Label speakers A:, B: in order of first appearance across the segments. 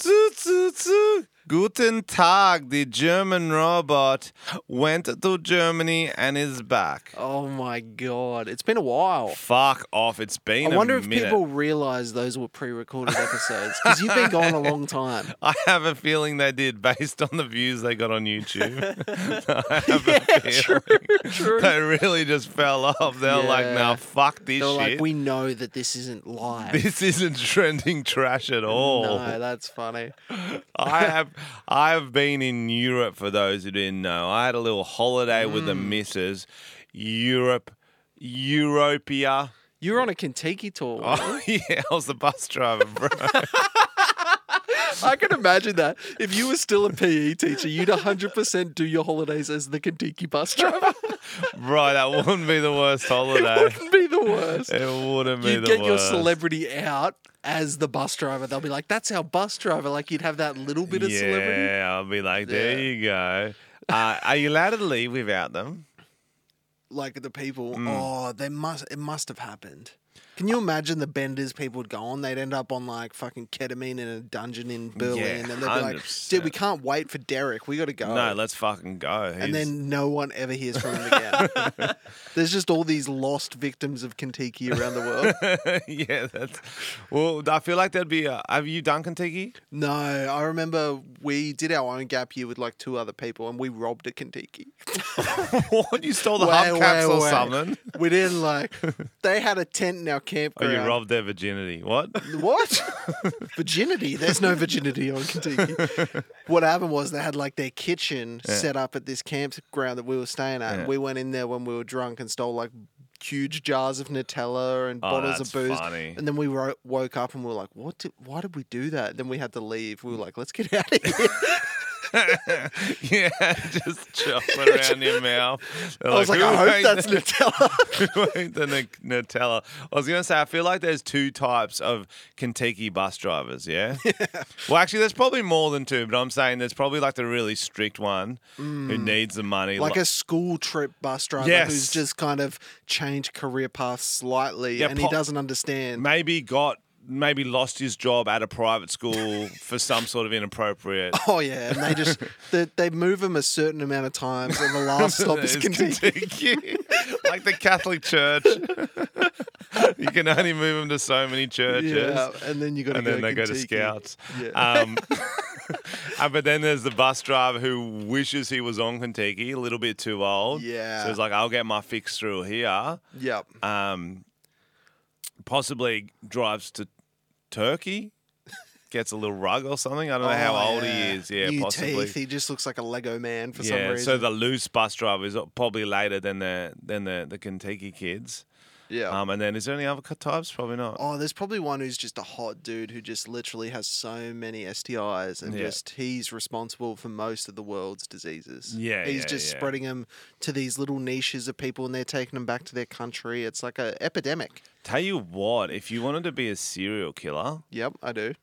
A: Zoo, zoo, zoo. Guten Tag, the German robot went to Germany and is back.
B: Oh my god, it's been a while.
A: Fuck off, it's been
B: Oh. I wonder
A: a
B: if
A: minute.
B: people realise those were pre-recorded episodes because you've been gone a long time.
A: I have a feeling they did based on the views they got on YouTube. I have
B: Yeah,
A: a
B: true,
A: feeling
B: true.
A: they really just fell off. They're like,
B: Yeah.
A: now fuck this
B: They're
A: shit.
B: like, we know that this isn't live.
A: this Oh. isn't trending trash at all.
B: No, that's funny.
A: I have I've been in Europe for those who didn't know. I had a little holiday with
B: Mm.
A: the missus. Europe Europia.
B: You were on a Kentucky tour.
A: Oh yeah, I was the bus driver, bro.
B: I can imagine that. If you were still a PE teacher, you'd 100% do your holidays as the Kentucky bus driver.
A: right, that wouldn't be the worst
B: it
A: holiday.
B: wouldn't be the worst.
A: It wouldn't be
B: You'd
A: the
B: get your
A: worst.
B: celebrity out as the bus driver. They'll be like, that's our bus driver. Like, you'd have that little bit of
A: yeah,
B: celebrity.
A: I'll be like, there
B: Yeah.
A: you go. Uh, are you allowed to leave without them?
B: like the people.
A: Mm.
B: Oh, they must. It must have happened. Can you imagine the benders people would go on? They'd end up on like fucking ketamine in a dungeon in Berlin, and they'd be like, "Dude, we
A: 100%.
B: can't wait for Derek. We got to go."
A: No, let's fucking go.
B: Oh. and
A: He's-
B: then no one ever hears from him again. There's just all these lost victims of Kentucky around the world.
A: yeah, that's. Well, I feel like that'd be. A, have you done Kentucky?
B: No, I remember we did our own gap year with like two other people, and we robbed a Kentucky.
A: what? You stole the
B: Wait,
A: hubcaps
B: wait,
A: or
B: wait.
A: something?
B: We didn't like. They had a tent in our
A: Oh,
B: campground.
A: you robbed their virginity. What?
B: What? virginity? There's no virginity on Kentucky. what happened was they had like their kitchen set up at this campground that we were staying at.
A: Yeah.
B: We went in there when we were drunk and stole like huge jars of Nutella and
A: Oh,
B: bottles
A: that's
B: of booze.
A: funny.
B: And then we ro- woke up and we were like, "What? Did, why did we do that?" Then we had to leave. We were like, "Let's get out of here."
A: yeah, just chop it around your mouth. They're
B: I was like,
A: "Who
B: "I hope
A: ate
B: that's
A: the-
B: Nutella."
A: who ate the Nic- Nutella. I was gonna say, I feel like there's two types of Kentucky bus drivers. Yeah. Well, actually, there's probably more than two, but I'm saying there's probably like the really strict one who needs the money.
B: Mm. like
A: li-
B: a school trip bus driver
A: Yes.
B: who's just kind of changed career path slightly,
A: Yeah,
B: and
A: pop-
B: he doesn't understand.
A: maybe got maybe lost his job at a private school for some sort of inappropriate.
B: Oh yeah, and they just they, they move them a certain amount of times, and the last stop is
A: It's
B: Kentucky.
A: Kentucky. like the Catholic Church. you can only move them to so many churches.
B: Yeah, and then you got to
A: and
B: go
A: then they go to
B: Kentucky.
A: scouts.
B: Yeah.
A: Um, uh, but then there's the bus driver who wishes he was on Kentucky, a little bit too old.
B: Yeah.
A: So it's like, I'll get my fix through here.
B: Yep.
A: Um, possibly drives to Turkey, gets a little rug or something. I don't know how
B: Oh,
A: old
B: yeah.
A: he is. Yeah,
B: New
A: possibly.
B: teeth. He just looks like a Lego man for some
A: yeah,
B: reason.
A: so the loose bus driver is probably later than the than the, the Kentucky kids.
B: yeah.
A: Um, and then is there any other c- types? Probably not.
B: oh, there's probably one who's just a hot dude who just literally has so many STIs and
A: Yeah.
B: just he's responsible for most of the world's diseases.
A: Yeah,
B: he's
A: yeah,
B: just
A: yeah.
B: spreading them to these little niches of people, and they're taking them back to their country. It's like a epidemic.
A: Tell you what, if you wanted to be a serial killer,
B: Yep, I do.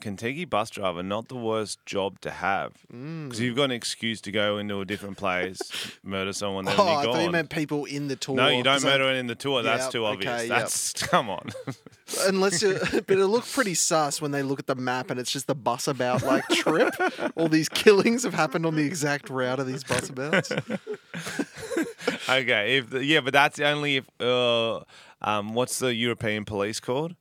A: Kentucky bus driver not the worst job to have
B: Mm.
A: because you've got an excuse to go into a different place, murder someone, then
B: Oh,
A: you're
B: I
A: gone.
B: thought you meant people in the tour.
A: no, you don't
B: 'cause I-
A: murder anyone in the tour. That's
B: Yep,
A: too obvious.
B: okay, yep.
A: That's come on.
B: Unless, you, but it looked pretty sus when they look at the map and it's just the bus about like trip. All these killings have happened on the exact route of these bus abouts.
A: okay, if the, yeah, but that's only if uh, um, what's the European police called?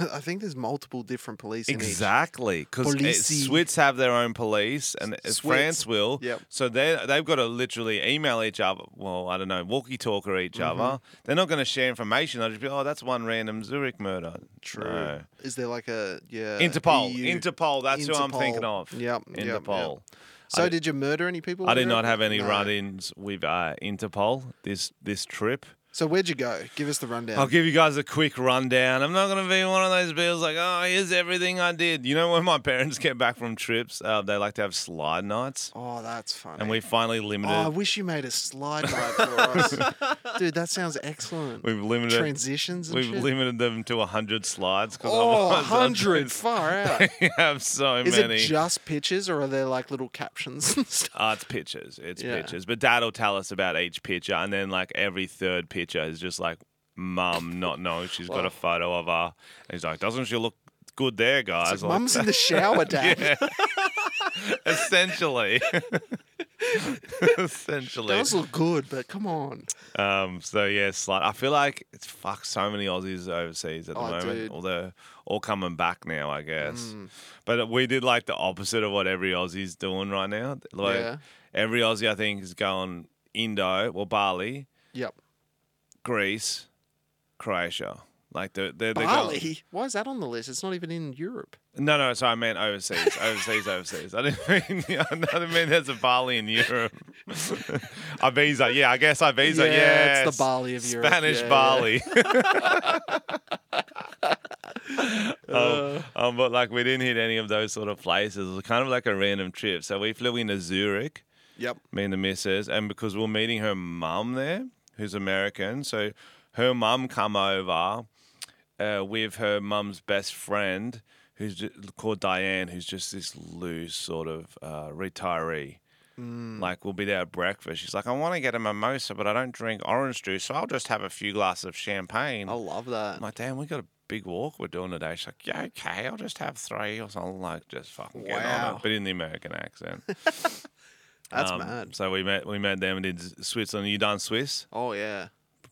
B: I think there's multiple different police. in each.
A: Exactly, because
B: Polici.
A: Swiss have their own police, and eh,
B: S-
A: France
B: Swiss.
A: will.
B: Yep.
A: So they they've got to literally email each other. Well, I don't know, walkie talker each
B: Mm-hmm.
A: other. They're not going to share information. They'll just be, oh, that's one random Zurich murder. True.
B: Is there like a yeah?
A: Interpol,
B: EU
A: Interpol. That's who I'm thinking
B: Uh, E Interpol.
A: of.
B: Yep. yep, yep.
A: Interpol.
B: So
A: I-
B: did you murder any people?
A: I did
B: there?
A: not have any
B: No.
A: run-ins with uh, Interpol this this trip.
B: So where'd you go? Give us the rundown.
A: I'll give you guys a quick rundown. I'm not going to be one of those bills like, oh, here's everything I did. You know, when my parents get back from trips, uh, they like to have slide nights,
B: Oh, that's funny.
A: and we finally
B: Oh, I
A: limited.
B: wish you made a slide night for us, dude. That sounds excellent.
A: we've limited.
B: Transitions. And
A: we've
B: shit.
A: limited them to hundred slides because
B: Oh,
A: otherwise they'll
B: 100.
A: just-
B: Far out.
A: They have so
B: Is
A: many.
B: it just pictures or are there like little captions and stuff?
A: Oh, it's pictures. It's
B: Yeah.
A: pictures. But dad will tell us about each picture, and then like every third picture is just like mum not knowing she's got a photo of her. And he's like, doesn't she look good there, guys?
B: It's like,
A: Like,
B: Mum's in the shower, Dad.
A: essentially. essentially.
B: Does look good, but come on.
A: Um, so yeah, slight. I feel like it's fuck so many Aussies overseas at the
B: Oh,
A: moment,
B: dude. Mm.
A: although all coming back now, I guess. But we did like the opposite of what every Aussie's doing right now. Like
B: Yeah.
A: every Aussie, I think, is going Indo, well Bali,
B: Yep.
A: Greece, Croatia. Like the the
B: Bali? Why is that on the list? It's not even in Europe.
A: No, no, sorry, I meant overseas, overseas, overseas. I didn't mean, I didn't mean there's a Bali in Europe. Ibiza, yeah, I guess Ibiza,
B: Yeah, it's the
A: yes.
B: Bali of Europe.
A: Spanish
B: Yeah, yeah.
A: Bali. um, um, but like we didn't hit any of those sort of places. It was kind of like a random trip. So we flew into Zurich,
B: Yep.
A: me and the missus, and because we we're meeting her mum there, who's American, so her mum come over uh, with her mum's best friend, who's ju- called Diane, who's just this loose sort of uh, retiree. Like we'll be there at breakfast. She's like, I want to get a mimosa, but I don't drink orange juice, so I'll just have a few glasses of champagne.
B: I love that.
A: I'm Mm. like, damn, we got a big walk we're doing today. She's like, yeah, okay, I'll just have three or something. Like, just fucking get on
B: Wow.
A: it, but in the American accent.
B: That's
A: Um,
B: mad.
A: So we met, we met them and did Z- Switzerland. You done Swiss?
B: Oh, yeah.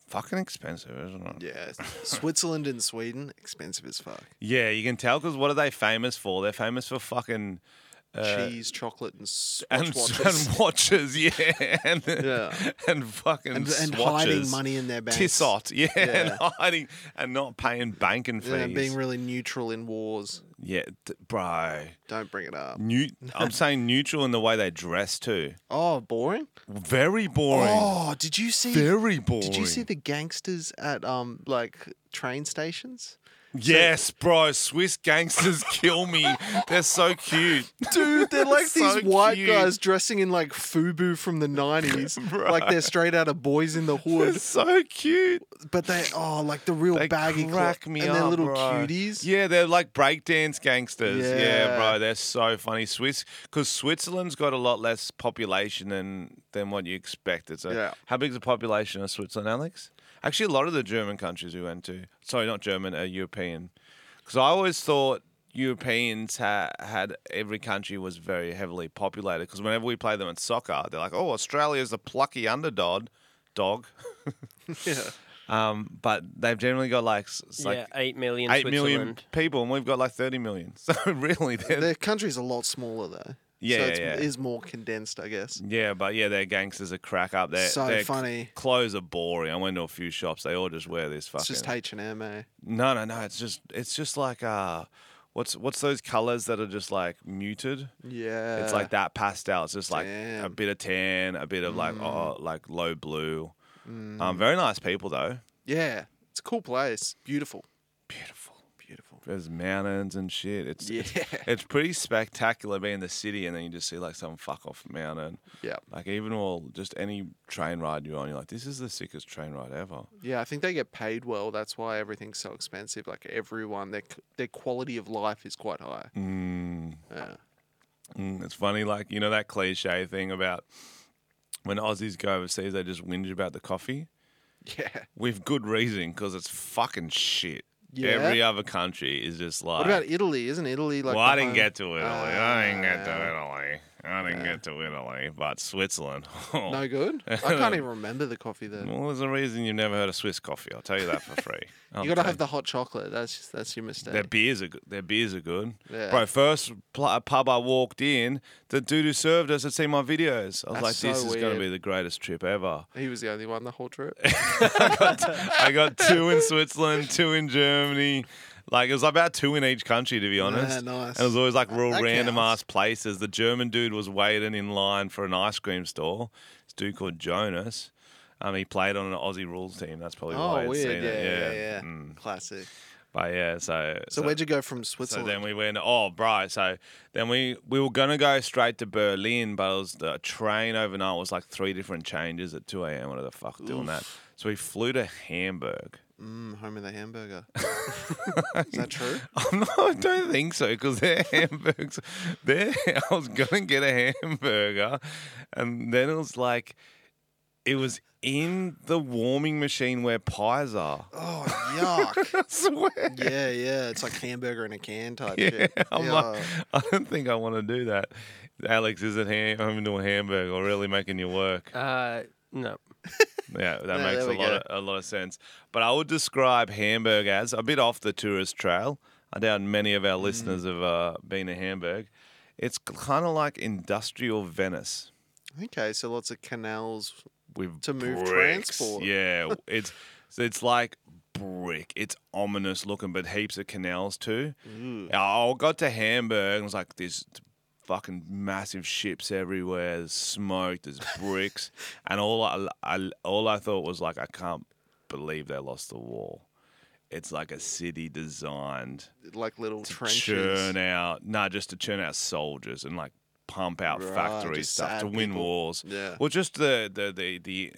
A: Fucking expensive, isn't it?
B: Yeah. Switzerland and Sweden, expensive as fuck.
A: Yeah, you can tell because what are they famous for? They're famous for fucking
B: Cheese, chocolate, and swatch
A: Uh, and
B: watches.
A: and watches, yeah, and
B: Yeah.
A: and fucking
B: And, and hiding
A: swatches.
B: money in their banks.
A: Tissot, yeah, and
B: Yeah.
A: hiding and not paying banking fees.
B: Yeah, being really neutral in wars.
A: yeah t- bro.
B: Don't bring it up.
A: New, I'm saying neutral in the way they dress too.
B: Oh, boring.
A: Very boring.
B: Oh, did you see?
A: Very boring.
B: Did you see the gangsters at um like train stations?
A: Yes, bro. Swiss gangsters kill me. They're so cute.
B: Dude, they're like
A: So
B: these white
A: cute.
B: guys dressing in like FUBU from the nineties, like they're straight out of Boys in the
A: They're
B: Hood.
A: so cute.
B: But they oh like the real
A: They
B: baggy clo-
A: crack me
B: and
A: up,
B: they're little
A: bro.
B: cuties.
A: Yeah, they're like breakdance gangsters. Yeah.
B: Yeah.
A: bro, they're so funny. Swiss, because Switzerland's got a lot less population than than what you expected. So,
B: Yeah.
A: how big's the population of Switzerland, Alex? Actually, a lot of the German countries we went to. Sorry, not German, uh, European. Because I always thought Europeans ha- had every country was very heavily populated. Because whenever we play them in soccer, they're like, "Oh, Australia's the plucky underdog." Dog,
B: Yeah.
A: um, but they've generally got like, s- s- like
C: yeah, eight million.
A: Eight
C: Switzerland.
A: million people, and we've got like thirty million. So really, they're,
B: Their country's a lot smaller though.
A: Yeah,
B: so it's,
A: yeah.
B: is more condensed, I guess.
A: yeah, but yeah, their gangsters are crack up. They're,
B: So
A: their c-
B: funny.
A: Clothes are boring. I went to a few shops. They all just wear this fucking.
B: It's just H and M, eh?
A: no, no, no. It's just it's just like uh, what's what's those colors that are just like muted?
B: Yeah.
A: It's like that pastel. It's just like a
B: Damn. Mm.
A: bit of tan, a bit of like oh, like low blue. Um, very nice people though.
B: Yeah. It's a cool place. Beautiful.
A: Beautiful.
B: Beautiful.
A: There's mountains and shit. It's it's,
B: Yeah.
A: it's pretty spectacular being in the city, and then you just see like some fuck off mountain.
B: Yeah.
A: Like even all just any train ride you're on, you're like, this is the sickest train ride ever.
B: Yeah, I think they get paid well. That's why everything's so expensive. Like everyone, their c- their quality of life is quite high. Yeah.
A: Mm, it's funny, like you know that cliche thing about when Aussies go overseas, they just whinge about the coffee
B: Yeah.
A: with good reason because it's fucking shit.
B: Yeah?
A: Every other country is just like.
B: What about Italy? Isn't Italy like?
A: well,
B: the
A: I didn't
B: home-
A: get to Italy. I didn't get to
B: Ah.
A: Italy. I didn't get to Italy, but Switzerland.
B: No good. I can't even remember the coffee there.
A: Well, there's a reason you've never heard of Swiss coffee. I'll tell you that for free.
B: You gotta have the hot chocolate. That's just, that's your
A: Their
B: mistake.
A: beers are good. Their beers are good.
B: Yeah.
A: Bro, first pl- uh, pub I walked in, the dude who served us had seen my videos. I was
B: That's
A: like,
B: so
A: this is going
B: weird.
A: to be the greatest trip ever.
B: He was the only one the whole trip.
A: I got two in Switzerland, two in Germany. Like, it was about two in each country, to be honest.
B: nice.
A: And it was always like real
B: that
A: random
B: counts.
A: ass places. The German dude was waiting in line for an ice cream store. This dude called Jonas. Um, he played on an Aussie rules team. That's probably why
B: Oh,
A: I'd
B: weird.
A: seen
B: Yeah,
A: it.
B: yeah, yeah.
A: Mm.
B: Classic.
A: But yeah, so
B: So, where'd you go from
A: so
B: Switzerland?
A: then we went. Oh, right. So then we we were gonna go straight to Berlin, but it was the train overnight was like three different changes at two a.m. What the fuck doing that? So we flew to Hamburg.
B: mm, home of the hamburger. is that true?
A: no, I don't think so because their hamburgers. Their I was gonna get a hamburger, and then it was like, it was in the warming machine where pies are.
B: Oh yuck!
A: I swear.
B: yeah, yeah. It's like hamburger in a can type
A: Yeah,
B: shit.
A: I'm
B: Yeah.
A: like, I don't think I want to do that. Alex isn't ham- home to a hamburger or really making you work.
C: Uh, no.
A: Yeah, that
B: Yeah,
A: makes
B: there
A: a
B: we
A: lot, of, a lot of sense. But I would describe Hamburg as a bit off the tourist trail. I doubt many of
B: Mm.
A: our listeners have uh, been to Hamburg. It's kind of like industrial Venice.
B: okay, so lots of canals.
A: with
B: To move
A: bricks.
B: transport.
A: Yeah, it's so it's like brick. It's ominous looking, but heaps of canals too.
B: Mm.
A: I got to Hamburg and was like, there's fucking massive ships everywhere. There's smoke. There's bricks, and all I, I all I thought was like, I can't believe they lost the war. It's like a city designed
B: Like little trenches.
A: churn out, no, just to churn out soldiers and like pump out
B: Right,
A: factory
B: just
A: stuff to
B: sad
A: win
B: people.
A: wars.
B: Yeah.
A: Well, just the the the, the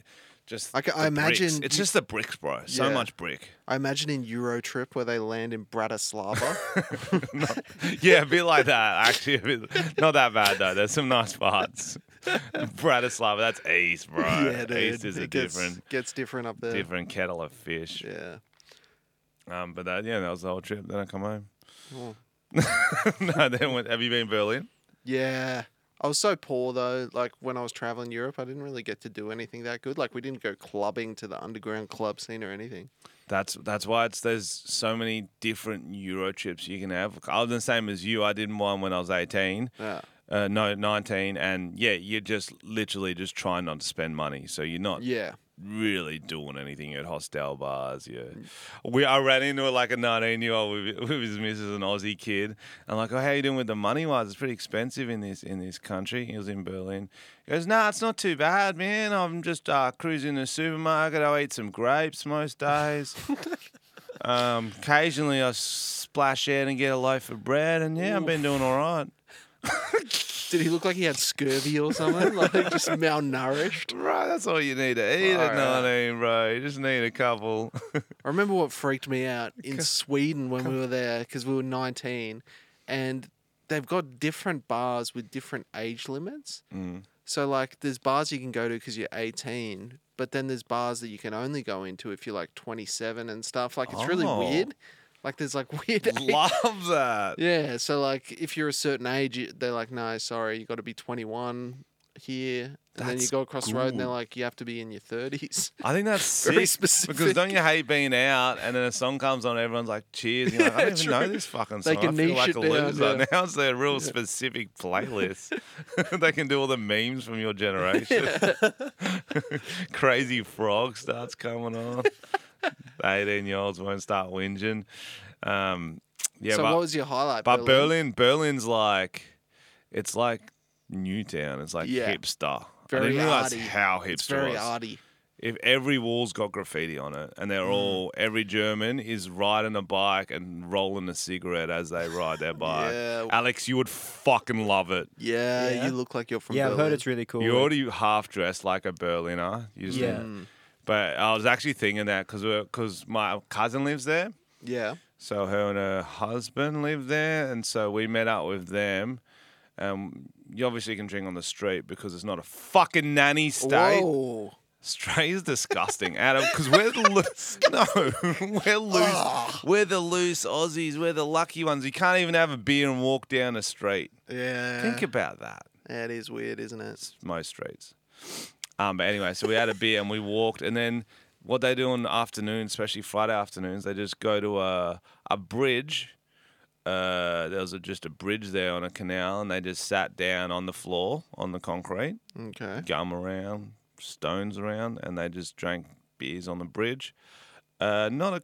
A: just
B: I ca-
A: the
B: I
A: bricks.
B: imagine
A: it's
B: you-
A: just the bricks, bro. So
B: Yeah.
A: much brick.
B: I imagine in Eurotrip where they land in Bratislava.
A: Yeah, a bit like that. Actually, a bit, not that bad though. There's some nice parts. Bratislava, that's east, bro. east is a
B: It gets-
A: different
B: Gets different up there.
A: different kettle of fish.
B: Yeah.
A: Um, but that yeah, that was the whole trip. Then I come home.
B: Oh.
A: no, then went, have you been Berlin?
B: Yeah. I was so poor though. Like when I was traveling Europe, I didn't really get to do anything that good. Like we didn't go clubbing to the underground club scene or anything.
A: That's that's why it's there's so many different Euro trips you can have. I was the same as you. I did one when I was eighteen,
B: Yeah.
A: uh, no nineteen, and yeah, you're just literally just trying not to spend money, so you're not
B: Yeah.
A: really doing anything at hostel bars. Yeah, we I ran into like a nineteen year old with, with his missus, an Aussie kid. I'm like, oh, how you doing with the money wise? It's pretty expensive in this in this country. He was in Berlin. He goes, nah, it's not too bad, man. I'm just uh, cruising the supermarket. I eat some grapes most days. um, occasionally I splash out and get a loaf of bread, and yeah, I've been doing all right.
B: Did he look like he had scurvy or something? like just malnourished?
A: Right, that's all you need to eat at
B: Alright.
A: 19, bro. You just need a couple.
B: I remember what freaked me out in Sweden when we were there because we were 19 and they've got different bars with different age limits.
A: Mm.
B: So, like, there's bars you can go to because you're 18, but then there's bars that you can only go into if you're like 27 and stuff. Like, it's really
A: Oh.
B: weird. Like, there's like weird. age-
A: Love that.
B: Yeah. So, like, if you're a certain age, you- they're like, no, sorry, you got to be 21 here. And then you
A: That's
B: go across the road and they're
A: good.
B: like, you have to be in your 30s.
A: I think that's
B: Very
A: sick, Because don't you hate being out and then a song comes on, everyone's like, cheers. and You're like, I don't even know
B: True.
A: this fucking
B: They
A: song.
B: can
A: I feel
B: niche
A: like
B: it
A: a
B: down,
A: loser.
B: yeah.
A: Now it's their real specific playlist. they can do all the memes from your generation. Crazy frog starts coming on. 18 year olds won't start whinging. Um, yeah,
B: so,
A: but,
B: what was your highlight?
A: but Berlin, Berlin's like, it's like Newtown. It's like
B: Yeah.
A: hipster. I
B: Very
A: didn't realize
B: arty.
A: how hipster
B: It's very
A: was
B: arty. Mm.
A: if every wall's got graffiti on it and they're all every german is riding a bike and rolling a cigarette as they ride their bike
B: Yeah.
A: alex you would fucking love it
B: Yeah,
C: Yeah.
B: you look like you're from
C: yeah, I've
B: Berlin.
C: heard it's really cool.
A: you're already half dressed like a berliner you just-
C: Yeah.
B: Mm.
A: but i was actually thinking that because because my cousin lives there
B: Yeah.
A: so her and her husband live there and so we met up with them um, you obviously can drink on the street because it's not a fucking nanny state.
B: Whoa.
A: Stray is disgusting, Adam, because we're the loo- no, we're loose, we're the loose Aussies, we're the lucky ones. You can't even have a beer and walk down a street.
B: Yeah.
A: Think about that.
B: Yeah, it is weird, isn't it?
A: most streets. Um, but anyway, so we had a beer and we walked, and then what they do in the afternoon, especially Friday afternoons, they just go to a a bridge. Uh, there was a, just a bridge there on a canal, and they just sat down on the floor on the concrete,
B: Okay.
A: gum around, stones around, and they just drank beers on the bridge. Uh, not a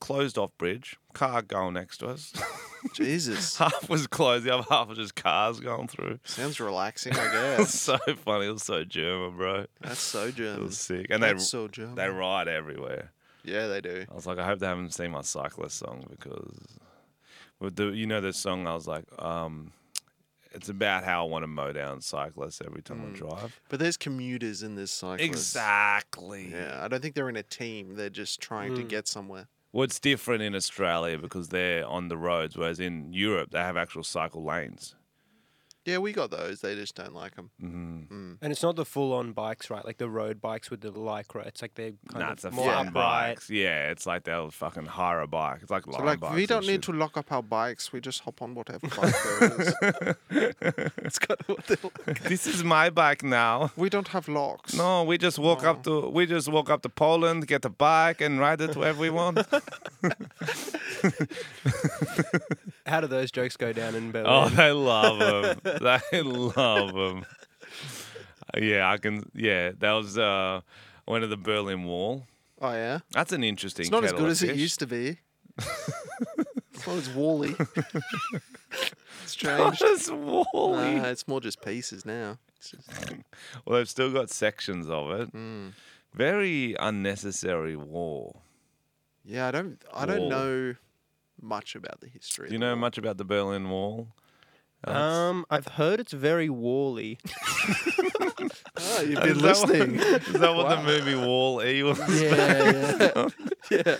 A: closed off bridge. Car going next to us.
B: Jesus.
A: half was closed, the other half was just cars going through.
B: Sounds relaxing, I
A: It was
B: guess.
A: so funny. It was so German, bro.
B: That's so
A: It
B: German.
A: was sick. And
B: That's
A: they
B: so German.
A: they ride everywhere.
B: yeah, they do.
A: I was like, I hope they haven't seen my cyclist song because with the you know this song I was like, um, it's about how I want to mow down cyclists every time I drive.
B: But there's commuters in this Mm. cyclists.
A: Exactly.
B: Yeah, I don't think they're in a team. They're just trying to get somewhere.
A: What's different in Australia because they're on the roads, whereas in Europe they have actual cycle lanes.
B: Yeah, we got those. They just don't like them.
C: And it's not the full on bikes, right? Like the road bikes with the lycra. It's like they're kind
A: Nah,
C: of
A: it's a
C: more
A: fun
C: upright.
A: bikes. Yeah, it's like they'll fucking hire a bike. It's like
B: So
A: line
B: like,
A: bikes.
B: we
A: and
B: don't
A: shit.
B: need to lock up our bikes. We just hop on whatever bike there is. It's kind of what they like.
A: this is my bike now.
B: We don't have locks.
A: No, we just walk up
B: Oh.
A: to we just walk up to Poland, get a bike, and ride it wherever we want.
C: How do those jokes go down in Berlin?
A: oh, they love them. They love them. Yeah, I can. Yeah, that was uh, one of the Berlin Wall.
B: Oh yeah.
A: That's an interesting.
B: It's not as
A: kettle
B: good
A: of
B: as it
A: fish.
B: used to be. it's not as wally. it's changed.
A: It's Wally.
B: Nah, it's more just pieces now. It's just-
A: Well, they've still got sections of it.
B: Mm.
A: Very unnecessary war.
B: yeah, I don't. I don't
A: Wall.
B: know much about the history.
A: Do you know much about the Berlin Wall?
C: um, I've heard it's very wally.
B: Oh, you've been
A: Is that what-
B: listening.
A: Is that what the movie Wall E was?
C: yeah, yeah.
B: yeah.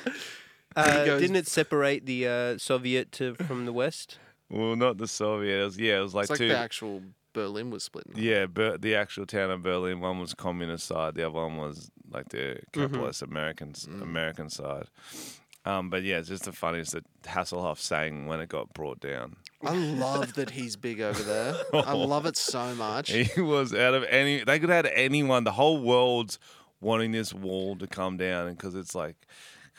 C: Uh,
B: goes-
C: didn't it separate the uh, Soviet to, from the West?
A: Well, not the Soviet. It was, yeah, it was like
B: It's like
A: two.
B: the actual Berlin was split. in half.
A: Yeah, but the actual town of Berlin, one was communist side, the other one was like the
B: Mm-hmm.
A: capitalist American
B: Mm.
A: American side. Um, but yeah, it's just the funniest that Hasselhoff sang when it got brought down.
B: I love that he's big over there. I love it so much.
A: He was out of any. They could have had anyone. The whole world's wanting this wall to come down because it's like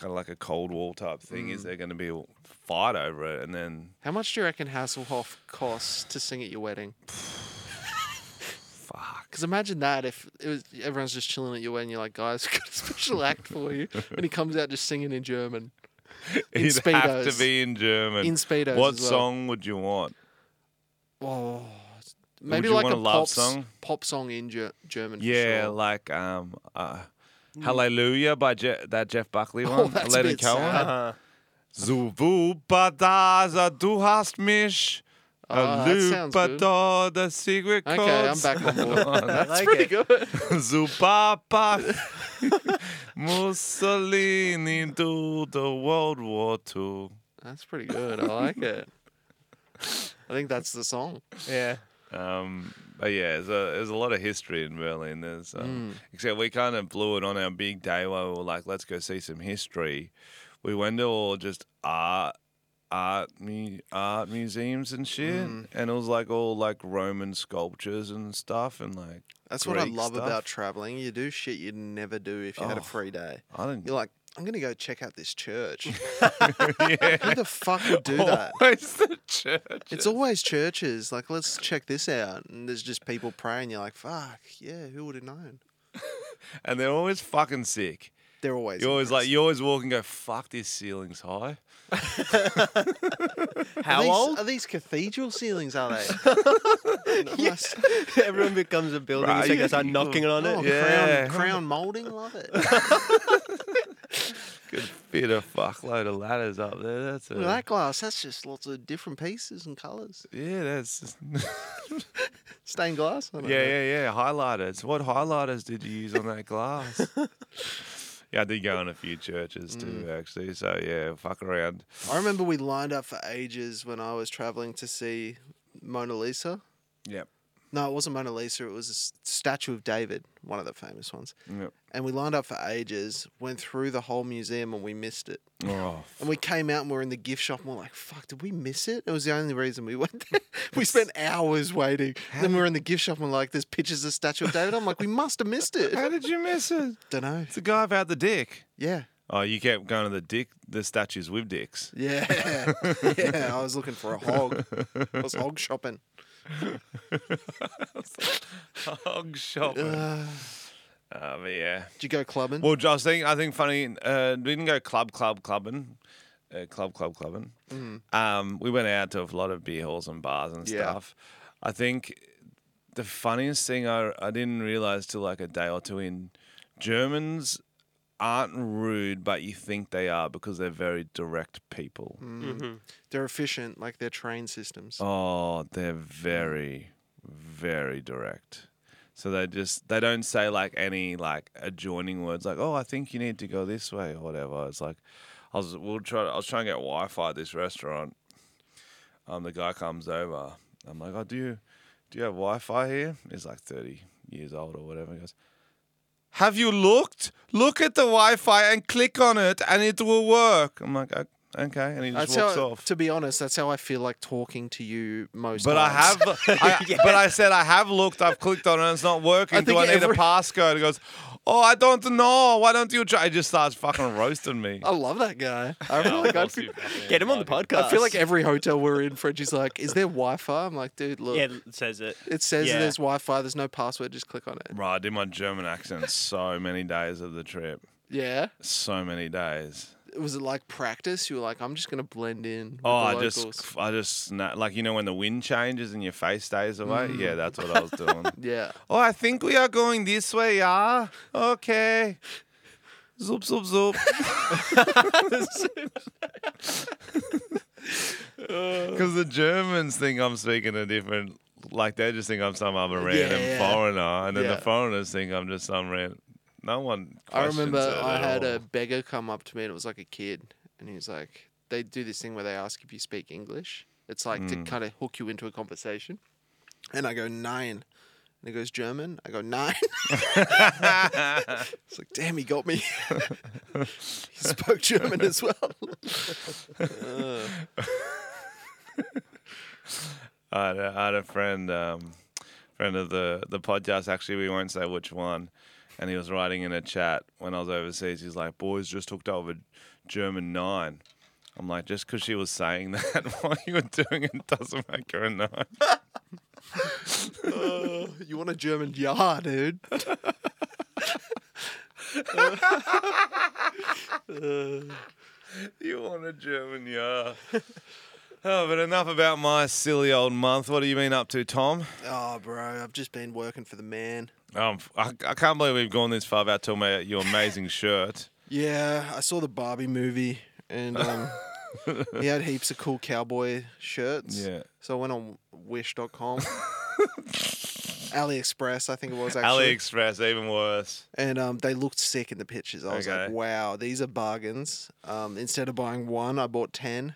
A: kind of like a cold wall type thing.
B: Mm.
A: Is there going to be a fight over it? And then
B: How much do you reckon Hasselhoff costs to sing at your wedding?
A: fuck.
B: Because imagine that if it was everyone's just chilling at your wedding, you're like, guys, we've got a special act for you, and he comes out just singing in German. In
A: He'd have to
B: Speedos.
A: be in German.
B: In Speedos
A: What
B: as well.
A: song would you want?
B: Oh, maybe
A: you
B: like
A: want
B: a
A: a love
B: pop
A: song?
B: song, pop song in Ger- German. for
A: Yeah,
B: sure. Mm.
A: like um, uh, Hallelujah by Je- that Jeff Buckley one.
B: Oh, that's a
A: Leonard
B: bit sad.
C: Uh,
A: Zubu Badasa, du hast mich.
B: Ah, that sounds good.
A: Lübador, the secret codes.
B: okay, I'm back on board.
C: I
B: That's
C: like
B: pretty
C: it.
B: good.
A: Zubapa. Mussolini do the World War Two.
B: That's pretty good. I like it. I think that's the song.
C: Yeah.
A: Um, but yeah, there's a, there's a lot of history in Berlin. There's, um, Except we kind of blew it on our big day where we were like, let's go see some history. We went to all just art, art, mu- art museums and shit, and it was like all like Roman sculptures and stuff, and like
B: That's what I
A: Greek
B: love
A: stuff. Oh.
B: about traveling. You do shit you'd never do if you had a free day.
A: I didn't.
B: You're like, I'm gonna go check out this church. Who the fuck would do that?
A: Always the church.
B: It's always churches. Like, let's check this out. And there's just people praying. You're like, fuck, yeah, who would have known?
A: and they're always fucking sick.
B: They're always.
A: You're always like
B: impressed.
A: you always walk and go, fuck this ceiling's high.
B: Are
C: How
B: these-
C: old?
B: Are these cathedral ceilings, are they? Nice.
C: Everyone becomes a building
A: Right,
C: and so
A: you-
C: they start knocking on
B: Oh,
C: it.
A: Yeah.
B: crown, crown molding, love it.
A: Good bit of fuckload of ladders up there. That's a
B: Look at that glass. That's just lots of different pieces and colours.
A: yeah, that's
B: Stained glass. I don't
A: Yeah,
B: know.
A: yeah, yeah. Highlighters. What highlighters did you use on that glass? yeah, I did go in a few churches too, actually. So yeah, fuck around.
B: I remember we lined up for ages when I was travelling to see Mona Lisa.
A: Yep.
B: No, it wasn't Mona Lisa. It was a s- statue of David, one of the famous ones.
A: Yep.
B: And we lined up for ages, went through the whole museum, and we missed it.
A: Oh,
B: And we came out and we are in the gift shop, and we're like, "Fuck, did we miss it?" It was the only reason we went there. we spent hours waiting. Then we were in the gift shop, and we're like, "There's pictures of statue of David." I'm like, "We must have missed it."
A: how did you miss it?
B: Don't know.
A: It's the guy without the dick.
B: Yeah.
A: Oh, you kept going to the dick, the statues with dicks.
B: Yeah. yeah. I was looking for a hog. I was hog shopping.
A: Hog shop.
B: Uh,
A: Oh, but yeah.
B: did you go clubbing?
A: Well, I was thinking, I think funny, uh, we didn't go club, club, clubbing, uh, club, club, clubbing. Um, we went out to a lot of beer halls and bars and
B: Yeah.
A: stuff. I think the funniest thing I, I didn't realize till like a day or two in Germans aren't rude, but you think they are because they're very direct people.
B: They're efficient, like their train systems.
A: Oh, they're very, very direct. So they just they don't say like any like adjoining words like oh I think you need to go this way or whatever. It's like I was we'll try I was trying to get Wi-Fi at this restaurant. Um, the guy comes over. I'm like, oh, do you do you have Wi-Fi here? He's like 30 years old or whatever. He goes, have you looked? Look at the Wi-Fi and click on it, and it will work. I'm like, "Oh, okay, and he just
B: That's
A: walks
B: how,
A: off.
B: to be honest, that's how I feel like talking to you most.
A: But I
B: times.
A: have, I, but I said I have looked. I've clicked on it. and It's not working.
B: I
A: Do
B: think
A: I need
B: every-
A: a passcode? It goes. Oh, I don't know. Why don't you try? It just starts fucking roasting me.
B: I love that guy. I feel like I'd be-
D: Get him on the podcast.
B: I feel like every hotel we're in, Frenchie's like, "Is there Wi-Fi?" I'm like, "Dude, look,
D: yeah, it says it.
B: it says
D: yeah.
B: there's Wi-Fi. There's no password. Just click on it."
A: Bro, I did my German accent so many days of the trip.
B: Yeah.
A: So many days.
B: Was it like practice? You were like, "I'm just gonna blend in." With
A: Oh,
B: the
A: I
B: locals.
A: just, I just, sna- like you know when the wind changes and your face stays away.
B: Mm.
A: Yeah, that's what I was doing.
B: Yeah.
A: oh, I think we are going this way. Yeah. Okay. Zoop zoop zoop. Because the Germans think I'm speaking a different, like they just think I'm some other random
B: yeah.
A: foreigner, and then
B: Yeah.
A: the foreigners think I'm just some random. No one.
B: I
A: questions
B: remember
A: it
B: I
A: at
B: had
A: all.
B: a beggar come up to me and it was like a kid and he was like they do this thing where they ask if you speak English. It's like to kind of hook you into a conversation. And I go nine. And he goes German. I go nine. it's like damn, he got me. he spoke German as well.
A: I had a, I had a friend, um, friend of the the podcast. Actually, we won't say which one. And he was writing in a chat when I was overseas. He's like, "Boys, just hooked up with a German nine. I'm like, "Just because she was saying that while you were doing it doesn't make her a nine.
B: Uh, you want a German yard, dude?
A: You want a German, yeah. oh, but enough about my silly old month. What have you been up to, Tom?
B: Oh, bro, I've just been working for the man.
A: Um, I, I can't believe we've gone this far without talking about your amazing shirt.
B: Yeah, I saw the Barbie movie and um, he had heaps of cool cowboy shirts.
A: Yeah.
B: So I went on wish.com. AliExpress, I think it was actually.
A: AliExpress, even worse.
B: And um, they looked sick in the pictures. I was like,
A: Okay.
B: wow, these are bargains. Um, instead of buying one, I bought 10.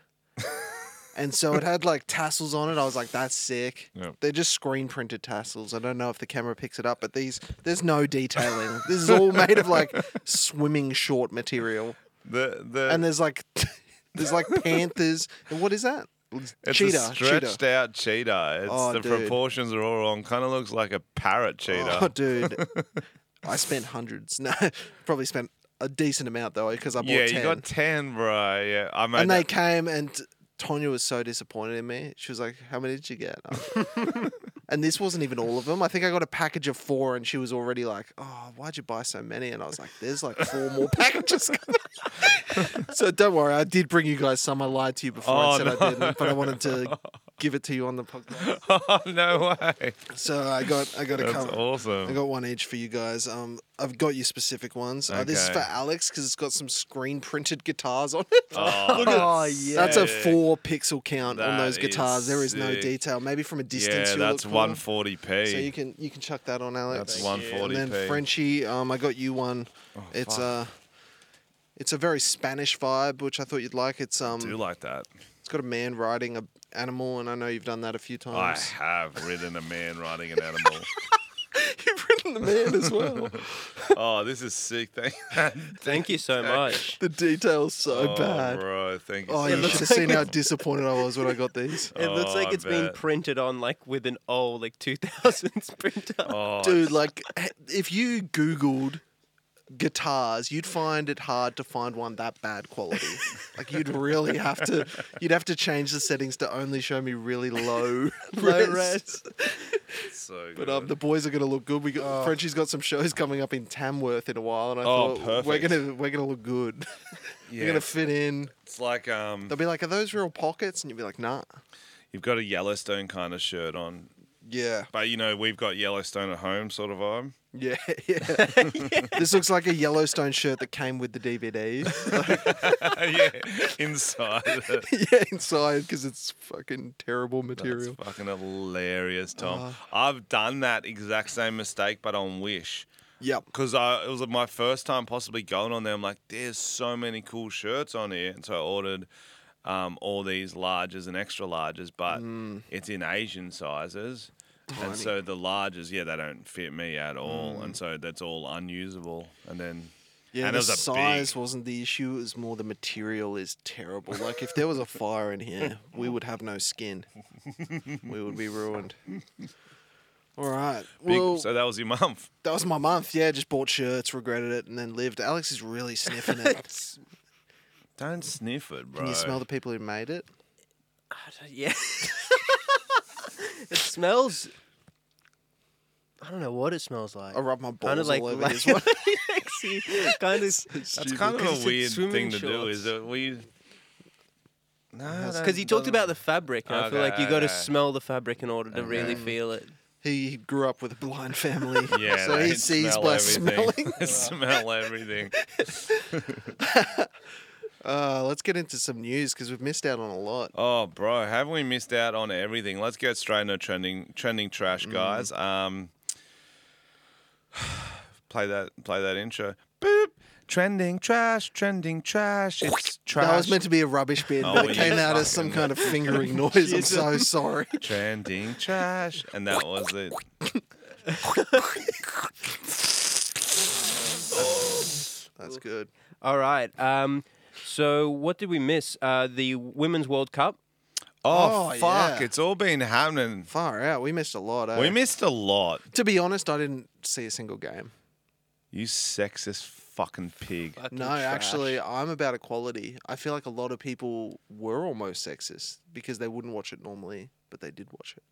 B: and so it had like tassels on it. I was like, that's sick.
A: Yep.
B: They're just screen printed tassels. I don't know if the camera picks it up, but these, there's no detailing. this is all made of like swimming short material
A: The the
B: and there's like there's like panthers. And what is that?
A: It's
B: cheetah.
A: a stretched
B: cheetah.
A: out cheetah. It's,
B: Oh,
A: the
B: dude.
A: proportions are all wrong. Kind of looks like a parrot cheetah.
B: Oh, dude. I spent hundreds. No, probably spent a decent amount though because I bought
A: yeah,
B: 10.
A: you got ten, bro. Yeah, I made.
B: and they
A: that-
B: came and Tonya was so disappointed in me. She was like, "How many did you get?" I was- and this wasn't even all of them. I think I got a package of four, and she was already like, "Oh, why'd you buy so many?" And I was like, "There's like four more packages." coming." so don't worry, I did bring you guys some. I lied to you before
A: Oh,
B: I said
A: no.
B: I didn't, but I wanted to give it to you on the podcast.
A: oh no way!
B: So I got I got a
A: That's
B: cover. I
A: awesome.
B: got one each for you guys. Um, I've got you specific ones. Uh, this is for
A: Okay.
B: Alex because it's got some screen printed guitars on it.
A: Oh,
C: Oh,
A: sick.
C: yeah.
B: That's a four pixel count
A: That
B: on those
A: is
B: guitars. There is no
A: sick.
B: detail. Maybe from a distance.
A: Yeah,
B: you'll
A: that's
B: look cool.
A: one forty p.
B: So you can you can chuck that on, Alex.
A: That's
B: Thank you. And
A: 140p.
B: then Frenchie, um, I got you one. it's uh it's a very Spanish vibe, which I thought you'd like. It's um,
A: do like that.
B: it's got a man riding a animal, and I know you've done that a few
A: I
B: times.
A: have ridden a man riding an animal.
B: you've ridden the man as well.
A: oh, this is sick. Thank,
C: Thank you so much.
B: the details so
A: oh,
B: bad.
A: bro. Thank you.
B: Oh,
A: so
B: you
A: much.
B: should have seen how disappointed I was when I got these.
C: It looks
A: Oh,
C: like
A: I
C: it's been
A: bet.
C: printed on like with an old like 2000s printer.
A: Oh,
B: Dude, like, if you Googled guitars, you'd find it hard to find one that bad quality. like, you'd really have to, you'd have to change the settings to only show me really low,
C: Low
B: res.
C: res.
A: it's so good.
B: But um, the boys are gonna look good. We got, Frenchie's got some shows coming up in Tamworth in a while, and I
A: Oh,
B: thought we're
A: perfect.
B: gonna we're gonna look good.
A: yeah,
B: We're gonna fit in.
A: it's like um,
B: They'll be like, "Are those real pockets?" And you'll be like, "Nah."
A: you've got a Yellowstone kind of shirt on,
B: Yeah,
A: but you know we've got Yellowstone at home sort of vibe.
B: yeah, yeah. This looks like a Yellowstone shirt that came with the DVD.
A: yeah, inside. it.
B: yeah, inside because it's fucking terrible
A: That's
B: material.
A: fucking hilarious, Tom.
B: Oh.
A: I've done that exact same mistake, but on Wish.
B: Yep.
A: Because I it was my first time possibly going on there. I'm like, there's so many cool shirts on here, and so I ordered um, all these larges and extra larges, but
B: Mm.
A: it's in Asian sizes, and so the larges, yeah, they don't fit me at all, and so that's all unusable. And then
B: Mm. Yeah,
A: and
B: the
A: it was a
B: size
A: big-
B: wasn't the issue. It was more the material is terrible. Like if there was a fire in here, we would have no skin. We would be ruined. All right.
A: big-
B: Well,
A: so that was your month.
B: that was my month. Yeah, just bought shirts, regretted it, and then lived. Alex is really sniffing it.
A: Don't sniff it, bro.
B: Can you smell the people who made it?
C: yeah. it smells. I don't know what it smells like.
B: I rub my balls
C: Kinda like
B: all over his one.
C: kind of
A: That's kind of
C: because it's
A: a
C: in
A: weird
C: swimming
A: thing to do,
C: shorts.
A: is that we. No,
C: because he talked about the fabric, and I feel
A: Okay,
C: like you got to
A: okay.
C: smell the fabric in order to really
B: Okay.
C: feel it.
B: He grew up with a blind family.
A: Yeah,
B: so
A: they
B: he sees
A: smell
B: by
A: everything.
B: smelling.
A: They smell everything.
B: Uh, let's get into some news because we've missed out on a lot.
A: Oh, bro, have we missed out on everything? Let's go straight into trending, trending trash, guys. Um, play that, play that intro. Boop. Trending trash, trending trash. It's trash.
B: That was meant to be a rubbish bin,
A: Oh,
B: but
A: well,
B: it came
A: you
B: out as some
A: fucking-
B: kind of fingering noise. I'm so sorry.
A: trending trash, and that was it.
B: That's good.
C: All right. Um, so what did we miss? Uh, the Women's World Cup.
A: Oh,
B: Oh,
A: fuck!
B: yeah.
A: It's all been happening.
B: Far out. We missed a lot. Eh?
A: We missed a lot.
B: to be honest, I didn't see a single game.
A: You sexist fucking pig.
B: No, actually, I'm about equality. I feel like a lot of people were almost sexist because they wouldn't watch it normally, but they did watch it.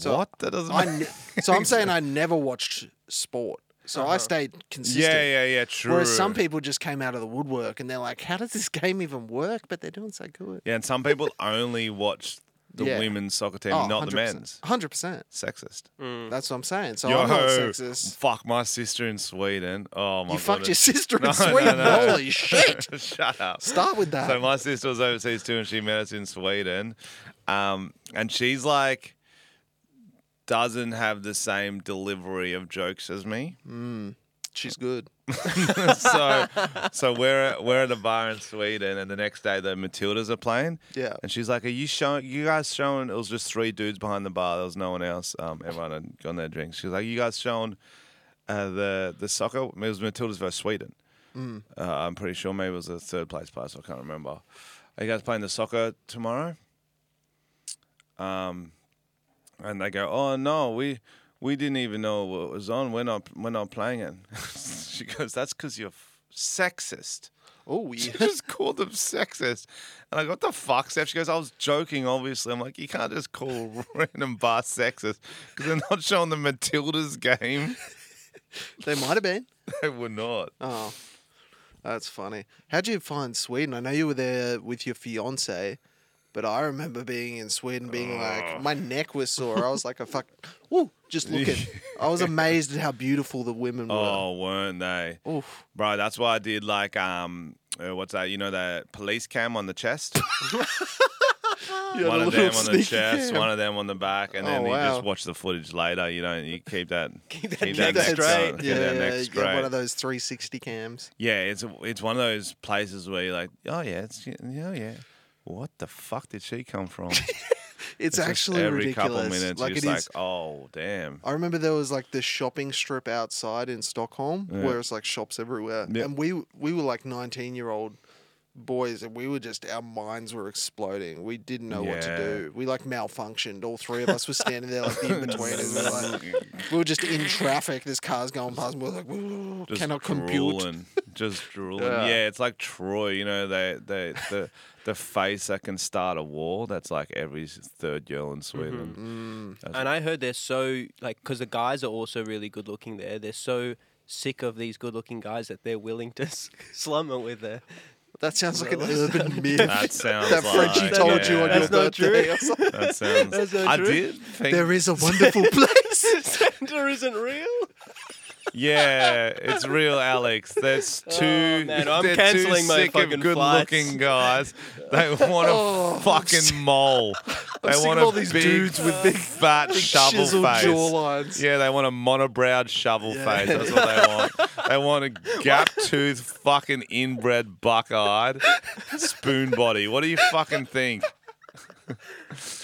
B: So
A: what? That doesn't.
B: I
A: make-
B: ne- so I'm saying I never watched sport. So I stayed consistent.
A: Uh-huh. yeah, yeah, yeah. True.
B: Whereas some people just came out of the woodwork and they're like, "How does this game even work?" But they're doing so good.
A: Yeah, and some people only watch the
B: Yeah.
A: women's soccer team,
B: Oh,
A: not the
B: 100%.
A: men's.
B: 100%.
A: Sexist.
B: That's what I'm saying. So
A: Mm. Yo,
B: I'm not sexist.
A: fuck my sister in Sweden. Oh my
B: You
A: god.
B: fucked your sister in
A: No, no,
B: Sweden.
A: no.
B: Holy shit.
A: Shut up.
B: Start with that.
A: So my sister was overseas too, and she met us in Sweden, um, and she's like doesn't have the same delivery of jokes as me.
B: She's good.
A: so so we're at, we're at a bar in Sweden, and the next day the Matildas are playing.
B: Yeah.
A: And she's like, "Are you showing? You guys showing?" It was just three dudes behind the bar. There was no one else. Um, everyone had gone their drinks. She was like, "You guys showing uh, the the soccer? It was Matildas versus Sweden. Uh, I'm pretty sure maybe it was a third place pass. I can't remember. Are you guys playing the soccer tomorrow?" Um, and they go, "Oh no, we." We didn't even know what was on. We're not, we're not playing it. she goes, "That's because you're f- sexist."
B: Oh,
A: She
B: yeah.
A: just called them sexist. And I go, what the fuck, Steph? She goes, I was joking, obviously. I'm like, you can't just call random bar sexist because they're not showing the Matildas game.
B: they might have been.
A: They were not.
B: Oh, that's funny. How'd you find Sweden? I know you were there with your fiance, but I remember being in Sweden, being
A: Oh.
B: like, my neck was sore. I was like, I fuck, woo, just look at. I was amazed at how beautiful the women were.
A: Oh, weren't they?
B: Oof.
A: Bro, that's why I did like, um, uh, what's that? You know, that police cam on the chest?
B: You had
A: one
B: a
A: of
B: little
A: them on the
B: sneaky
A: chest,
B: cam.
A: one of them on the back, and then
B: Oh,
A: you
B: wow.
A: just watch the footage later. You don't, you keep that, keep that,
B: Keep
A: neck
B: that
A: straight.
B: straight.
A: Keep
B: Yeah,
A: that
B: yeah,
A: neck
B: yeah,
A: straight.
B: one of those 360 cams.
A: Yeah, it's it's one of those places where you're like, oh yeah, it's yeah, oh yeah. What the fuck did she come from?
B: It's,
A: just
B: actually
A: every
B: ridiculous.
A: couple minutes,
B: like
A: you're
B: it is.
A: just like, oh damn.
B: I remember there was like the shopping strip outside in Stockholm
A: Yeah.
B: where it's like shops everywhere,
A: Yeah.
B: and we we were like nineteen year old boys, and we were just our minds were exploding. We didn't know what to
A: Yeah.
B: do. We like malfunctioned. All three of us were standing there like the in between, and we were like we were just in traffic. There's cars going past, and we were like, "Whoa,
A: just
B: cannot compute.
A: drooling, just drooling.
B: Yeah.
A: Yeah. it's like Troy. You know, they, they, the, the face that can start a war. That's like every third girl
B: Mm-hmm.
A: in Sweden.
B: Mm.
C: And I heard they're so like because the guys are also really good looking there. They're so sick of these good looking guys that they're willing to s- slum it with their.
B: That sounds like an urban myth.
A: That sounds
B: that Frenchie
A: like-
B: told you
A: yeah.
B: on your
C: That's not true.
B: birthday. or something.
A: That sounds.
C: That's not
A: I
C: true.
A: did think.
B: There is a wonderful place.
C: Santa isn't real.
A: Yeah, it's real, Alex. That's
B: Oh,
A: too.
C: man, I'm
A: they're
C: cancelling
A: too
C: my
A: sick
C: fucking
A: of good-looking guys. They want a
B: Oh,
A: fucking mole. They
B: sick
A: want
B: of
A: a
B: all these
A: big,
B: dudes with big-
A: fat shovel
B: Chiseled
A: face.
B: jawlines.
A: Yeah, they want a monobrowed shovel face. That's what they want. They want a gap tooth, fucking inbred, buck eyed, spoon body. What do you fucking think?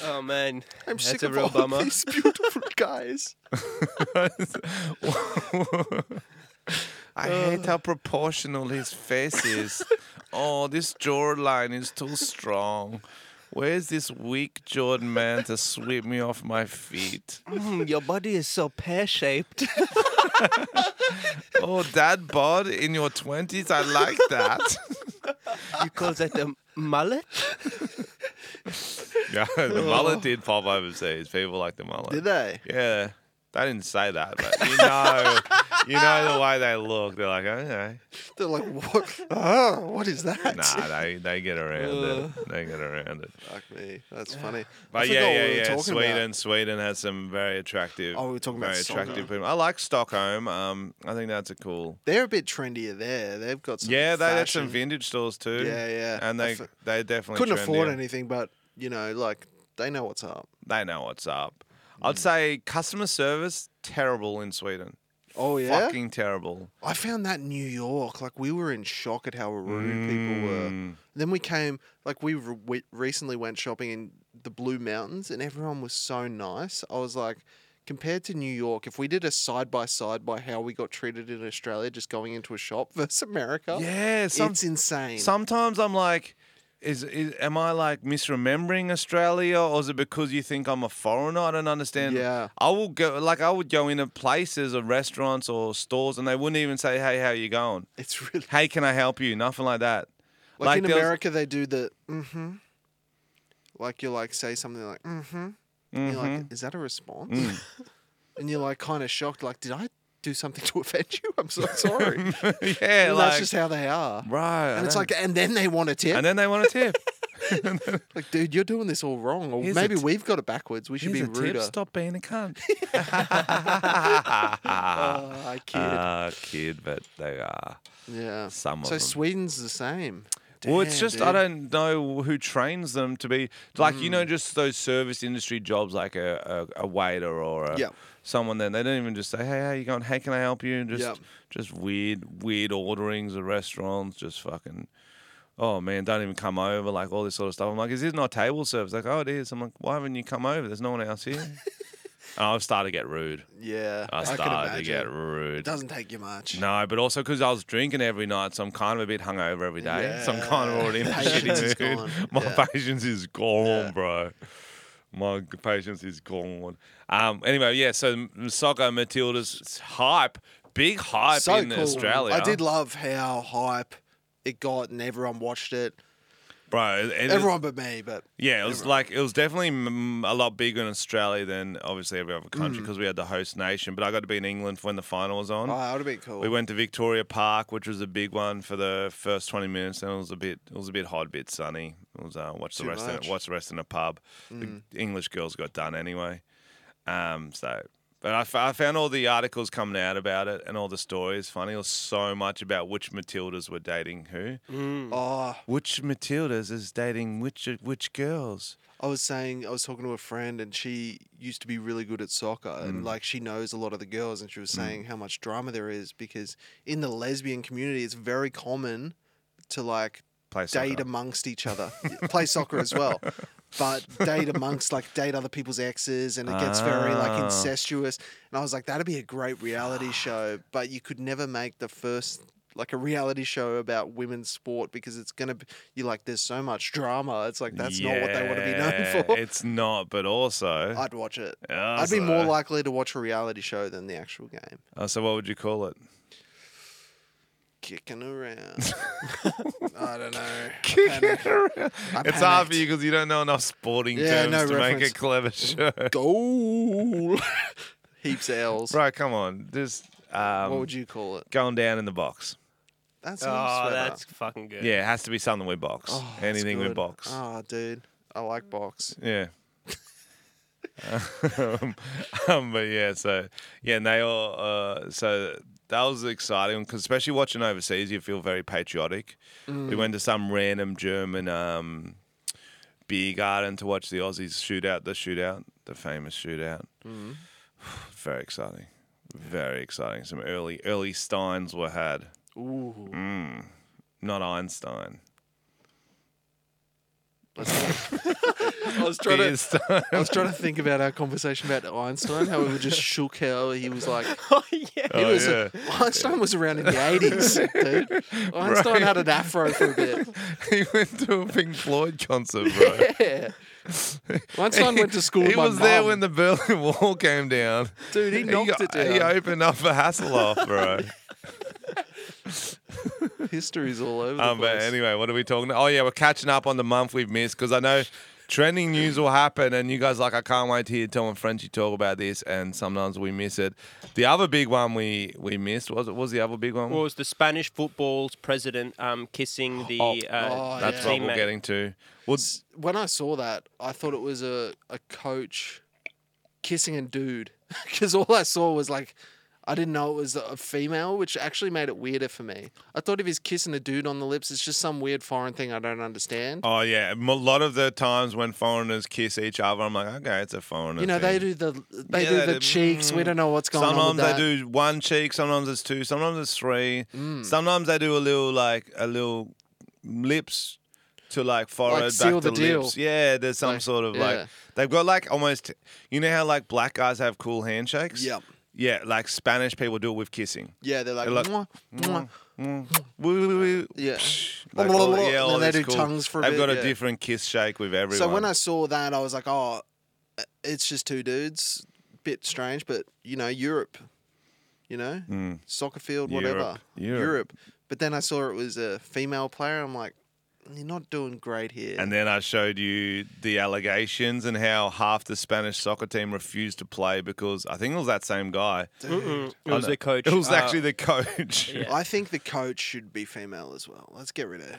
C: Oh man,
B: I'm
C: that's
B: sick
C: a
B: of
C: real
B: all
C: bummer.
B: these beautiful guys.
A: I hate how proportional his face is. oh, this jawline is too strong. Where's this weak jawed man to sweep me off my feet?
C: Mm, your body is so pear shaped.
A: Oh, dad bod in your 20s, I like that.
C: you call that a mullet?
A: yeah, the mullet did pop overseas. People like the mullet.
B: Did they?
A: Yeah. They didn't say that, but you know, you know the way they look. They're like, okay,
B: They're like, what? Oh, what is that?
A: nah, they they get around it. They get around it.
B: Fuck me. That's funny. I
A: But
B: forgot
A: yeah,
B: what
A: yeah,
B: we were
A: yeah.
B: talking
A: Sweden,
B: about.
A: Sweden has some very attractive.
B: Oh, we were talking about
A: very
B: Stockholm.
A: attractive people. I like Stockholm. Um, I think that's a cool.
B: They're a bit trendier there. They've got some.
A: Yeah, they had
B: fashion.
A: some vintage stores too.
B: Yeah, yeah.
A: And
B: I
A: they
B: f-
A: they definitely
B: Couldn't afford
A: trendier.
B: anything, but you know, like they know what's up.
A: They know what's up.
B: Mm.
A: I'd say customer service terrible in Sweden.
B: Oh yeah.
A: Fucking terrible.
B: I found that in New York. Like we were in shock at how rude people
A: Mm.
B: were. Then we came, like we, re- we recently went shopping in the Blue Mountains, and everyone was so nice. I was like, compared to New York, if we did a side by side by how we got treated in Australia, just going into a shop versus America,
A: Yeah, some-
B: it's insane.
A: Sometimes I'm like, is, is am I like misremembering Australia, or is it because you think I'm a foreigner? I don't understand.
B: Yeah.
A: I will go like I would go into places or restaurants or stores, and they wouldn't even say, "Hey, how you going?
B: it's really
A: Hey, can I help you?" Nothing like that.
B: like, in
A: there was-
B: America they do the mm-hmm. Like you like say something like mm-hmm. And you're like, is that a response?
A: Mm.
B: and you're like kind of shocked, like, did I do something to offend you? I'm so sorry. And
A: yeah, like
B: that's just how they are.
A: right. I
B: And it's
A: know.
B: like, and then they want a tip.
A: and then they want a tip.
B: like, dude, you're doing this all wrong. Or
A: Here's a
B: maybe
A: t-
B: we've got it backwards. We should
A: Here's a
B: be
A: tip.
B: ruder.
A: Stop being a cunt.
B: Ah, I kid.
A: Ah, kid, but they are.
B: yeah.
A: some of
B: so
A: them.
B: Sweden's the same.
A: Well, it's
B: Damn,
A: just I
B: dude. Mm.
A: don't know who trains them to be like you know just those service industry jobs like a, a, a waiter or a,
B: Yep.
A: someone that they don't even just say hey how you going hey can I help you and just
B: Yep.
A: just weird weird orderings at restaurants just fucking oh man don't even come over like all this sort of stuff I'm like is this not table service like oh it is I'm like why haven't you come over there's no one else here and I've started to get rude
B: Yeah.
A: I
B: can
A: started to get
B: imagine. It
A: rude
B: doesn't take you much.
A: no, but also because I was drinking every night, so I'm kind of a bit hungover every day. So I'm kind of already in a
B: Patience is
A: shitty mood.
B: gone.
A: My
B: Yeah.
A: patience is gone, bro. My g- patience is gone. Um. Anyway, yeah. So M- Soccer Matilda's s- hype, big hype
B: so
A: in
B: cool.
A: Australia.
B: I did love how hype it got and everyone watched it.
A: bro. it- it-
B: Everyone but me, but
A: Yeah, it was like it was definitely mm, a lot bigger in Australia than obviously every other
B: Mm.
A: country because we had the host nation. But I got to be in England when the final was on.
B: oh, that would have been cool.
A: We went to Victoria Park, which was a big one for the first twenty minutes, and it was a bit, it was a bit hot, a bit sunny. It was uh, watch the
B: Too
A: rest,
B: much. Mm.
A: in, watch the rest in a pub. The English girls got done anyway, um, so. But I, f- I found all the articles coming out about it and all the stories funny. It was so much about which Matildas were dating who,
B: Oh,
A: which Matildas is dating which which girls.
B: I was saying I was talking to a friend and she used to be really good at soccer
A: Hmm.
B: and like she knows a lot of the girls and she was saying how much drama there is because in the lesbian community it's very common to like
A: Play
B: date
A: soccer.
B: amongst each other, play soccer as well. but date amongst like date other people's exes and it gets very like
A: Ah.
B: incestuous. And I was like, that'd be a great reality show, but you could never make the first like a reality show about women's sport because it's gonna be you like there's so much drama. It's like that's not what they want to be
A: Yeah,
B: known for.
A: It's not, but also.
B: I'd watch it.
A: Yeah,
B: I'd be more
A: so-
B: likely to watch a reality show than the actual game.
A: Oh, so what would you call it?
B: Kicking around. I don't know.
A: it's hard for you because you don't know enough sporting
B: Yeah,
A: terms
B: no
A: to make a
B: reference.
A: clever show.
B: Goal. Heaps of L's.
A: right, come on. Just um,
B: What would you call it?
A: going down in the box.
B: That's not
C: Oh,
B: a
C: that's
B: that's
C: fucking good.
A: Yeah, it has to be something with box. Anything with
B: Oh, good.
A: box.
B: Oh, dude, I like box.
A: Yeah. um, um, but yeah, so yeah, and they all uh, so that was exciting because especially watching overseas, you feel very patriotic. We went to some random German um, beer garden to watch the Aussies shoot out the shootout, the famous shootout. very exciting, very exciting. Some early early Steins were had, Mm.
B: Ooh.
A: not Einstein.
B: Let's go. I was trying
A: Beer
B: to.
A: Stein.
B: I was trying to think about our conversation about Einstein, how we were just shook how he was like
C: Oh, yeah.
B: He
A: Oh,
B: was a- Einstein was around in the eighties, dude. Einstein
A: Right.
B: had an afro for a bit.
A: he went to a Pink Floyd concert, bro.
B: Yeah. Einstein went to school.
A: He
B: with my
A: was there
B: mum.
A: when the Berlin Wall came down.
B: dude he knocked
A: he,
B: it down.
A: He opened up for Hasselhoff, bro.
B: History's all over the
A: um, but
B: place.
A: anyway, what are we talking? Oh yeah, we're catching up on the month we've missed because I know trending news will happen, and you guys like I can't wait to hear Tom and Frenchie talk about this, and sometimes we miss it. The other big one we we missed was it was the other big one.
C: Well, it was the Spanish football's president um, kissing the
A: Oh,
C: uh,
B: oh,
A: That's
B: yeah.
A: what we're
C: teammate.
A: getting to. Well,
B: when I saw that, I thought it was a, a coach kissing a dude because all I saw was like, I didn't know it was a female, which actually made it weirder for me. I thought if he's kissing a dude on the lips, it's just some weird foreign thing I don't understand.
A: oh yeah, a lot of the times when foreigners kiss each other, I'm like, okay, it's a foreigner.
B: you know, they
A: thing.
B: do the they
A: Yeah,
B: do
A: they
B: the
A: do- mm.
B: cheeks. We don't know what's going on.
A: Sometimes
B: with
A: they
B: that.
A: do one cheek, sometimes it's two, sometimes it's three.
B: Mm.
A: Sometimes they do a little like a little lips to like forehead
B: seal
A: back to
B: the deal.
A: lips. Yeah, there's some
B: Like,
A: sort of like
B: yeah.
A: they've got like almost you know how like black guys have cool handshakes?
B: Yep.
A: Yeah, like Spanish people do it with kissing.
B: Yeah, they're like,
A: They're like,
B: "Mwah, mwah."
A: Woo, woo, woo.
B: Yeah.
A: Psh,
B: Blah,
A: like
B: blah,
A: all-
B: blah,
A: yeah,
B: and
A: all
B: then they
A: this
B: do
A: cool-
B: tongues for a
A: They've
B: bit,
A: got a
B: yeah.
A: different kiss shake with everyone.
B: So when I saw that, I was like, oh, it's just two dudes. Bit strange, but you know, Europe, you know, soccer field, whatever,
A: Hmm. Europe, Europe.
B: But then I saw it was a female player. I'm like, you're not doing great here.
A: And then I showed you the allegations and how half the Spanish soccer team refused to play because I think it was that same guy.
C: Mm, It was the coach.
A: Oh, It was
C: uh,
A: actually the coach.
C: yeah.
B: I think the coach should be female as well. Let's get rid of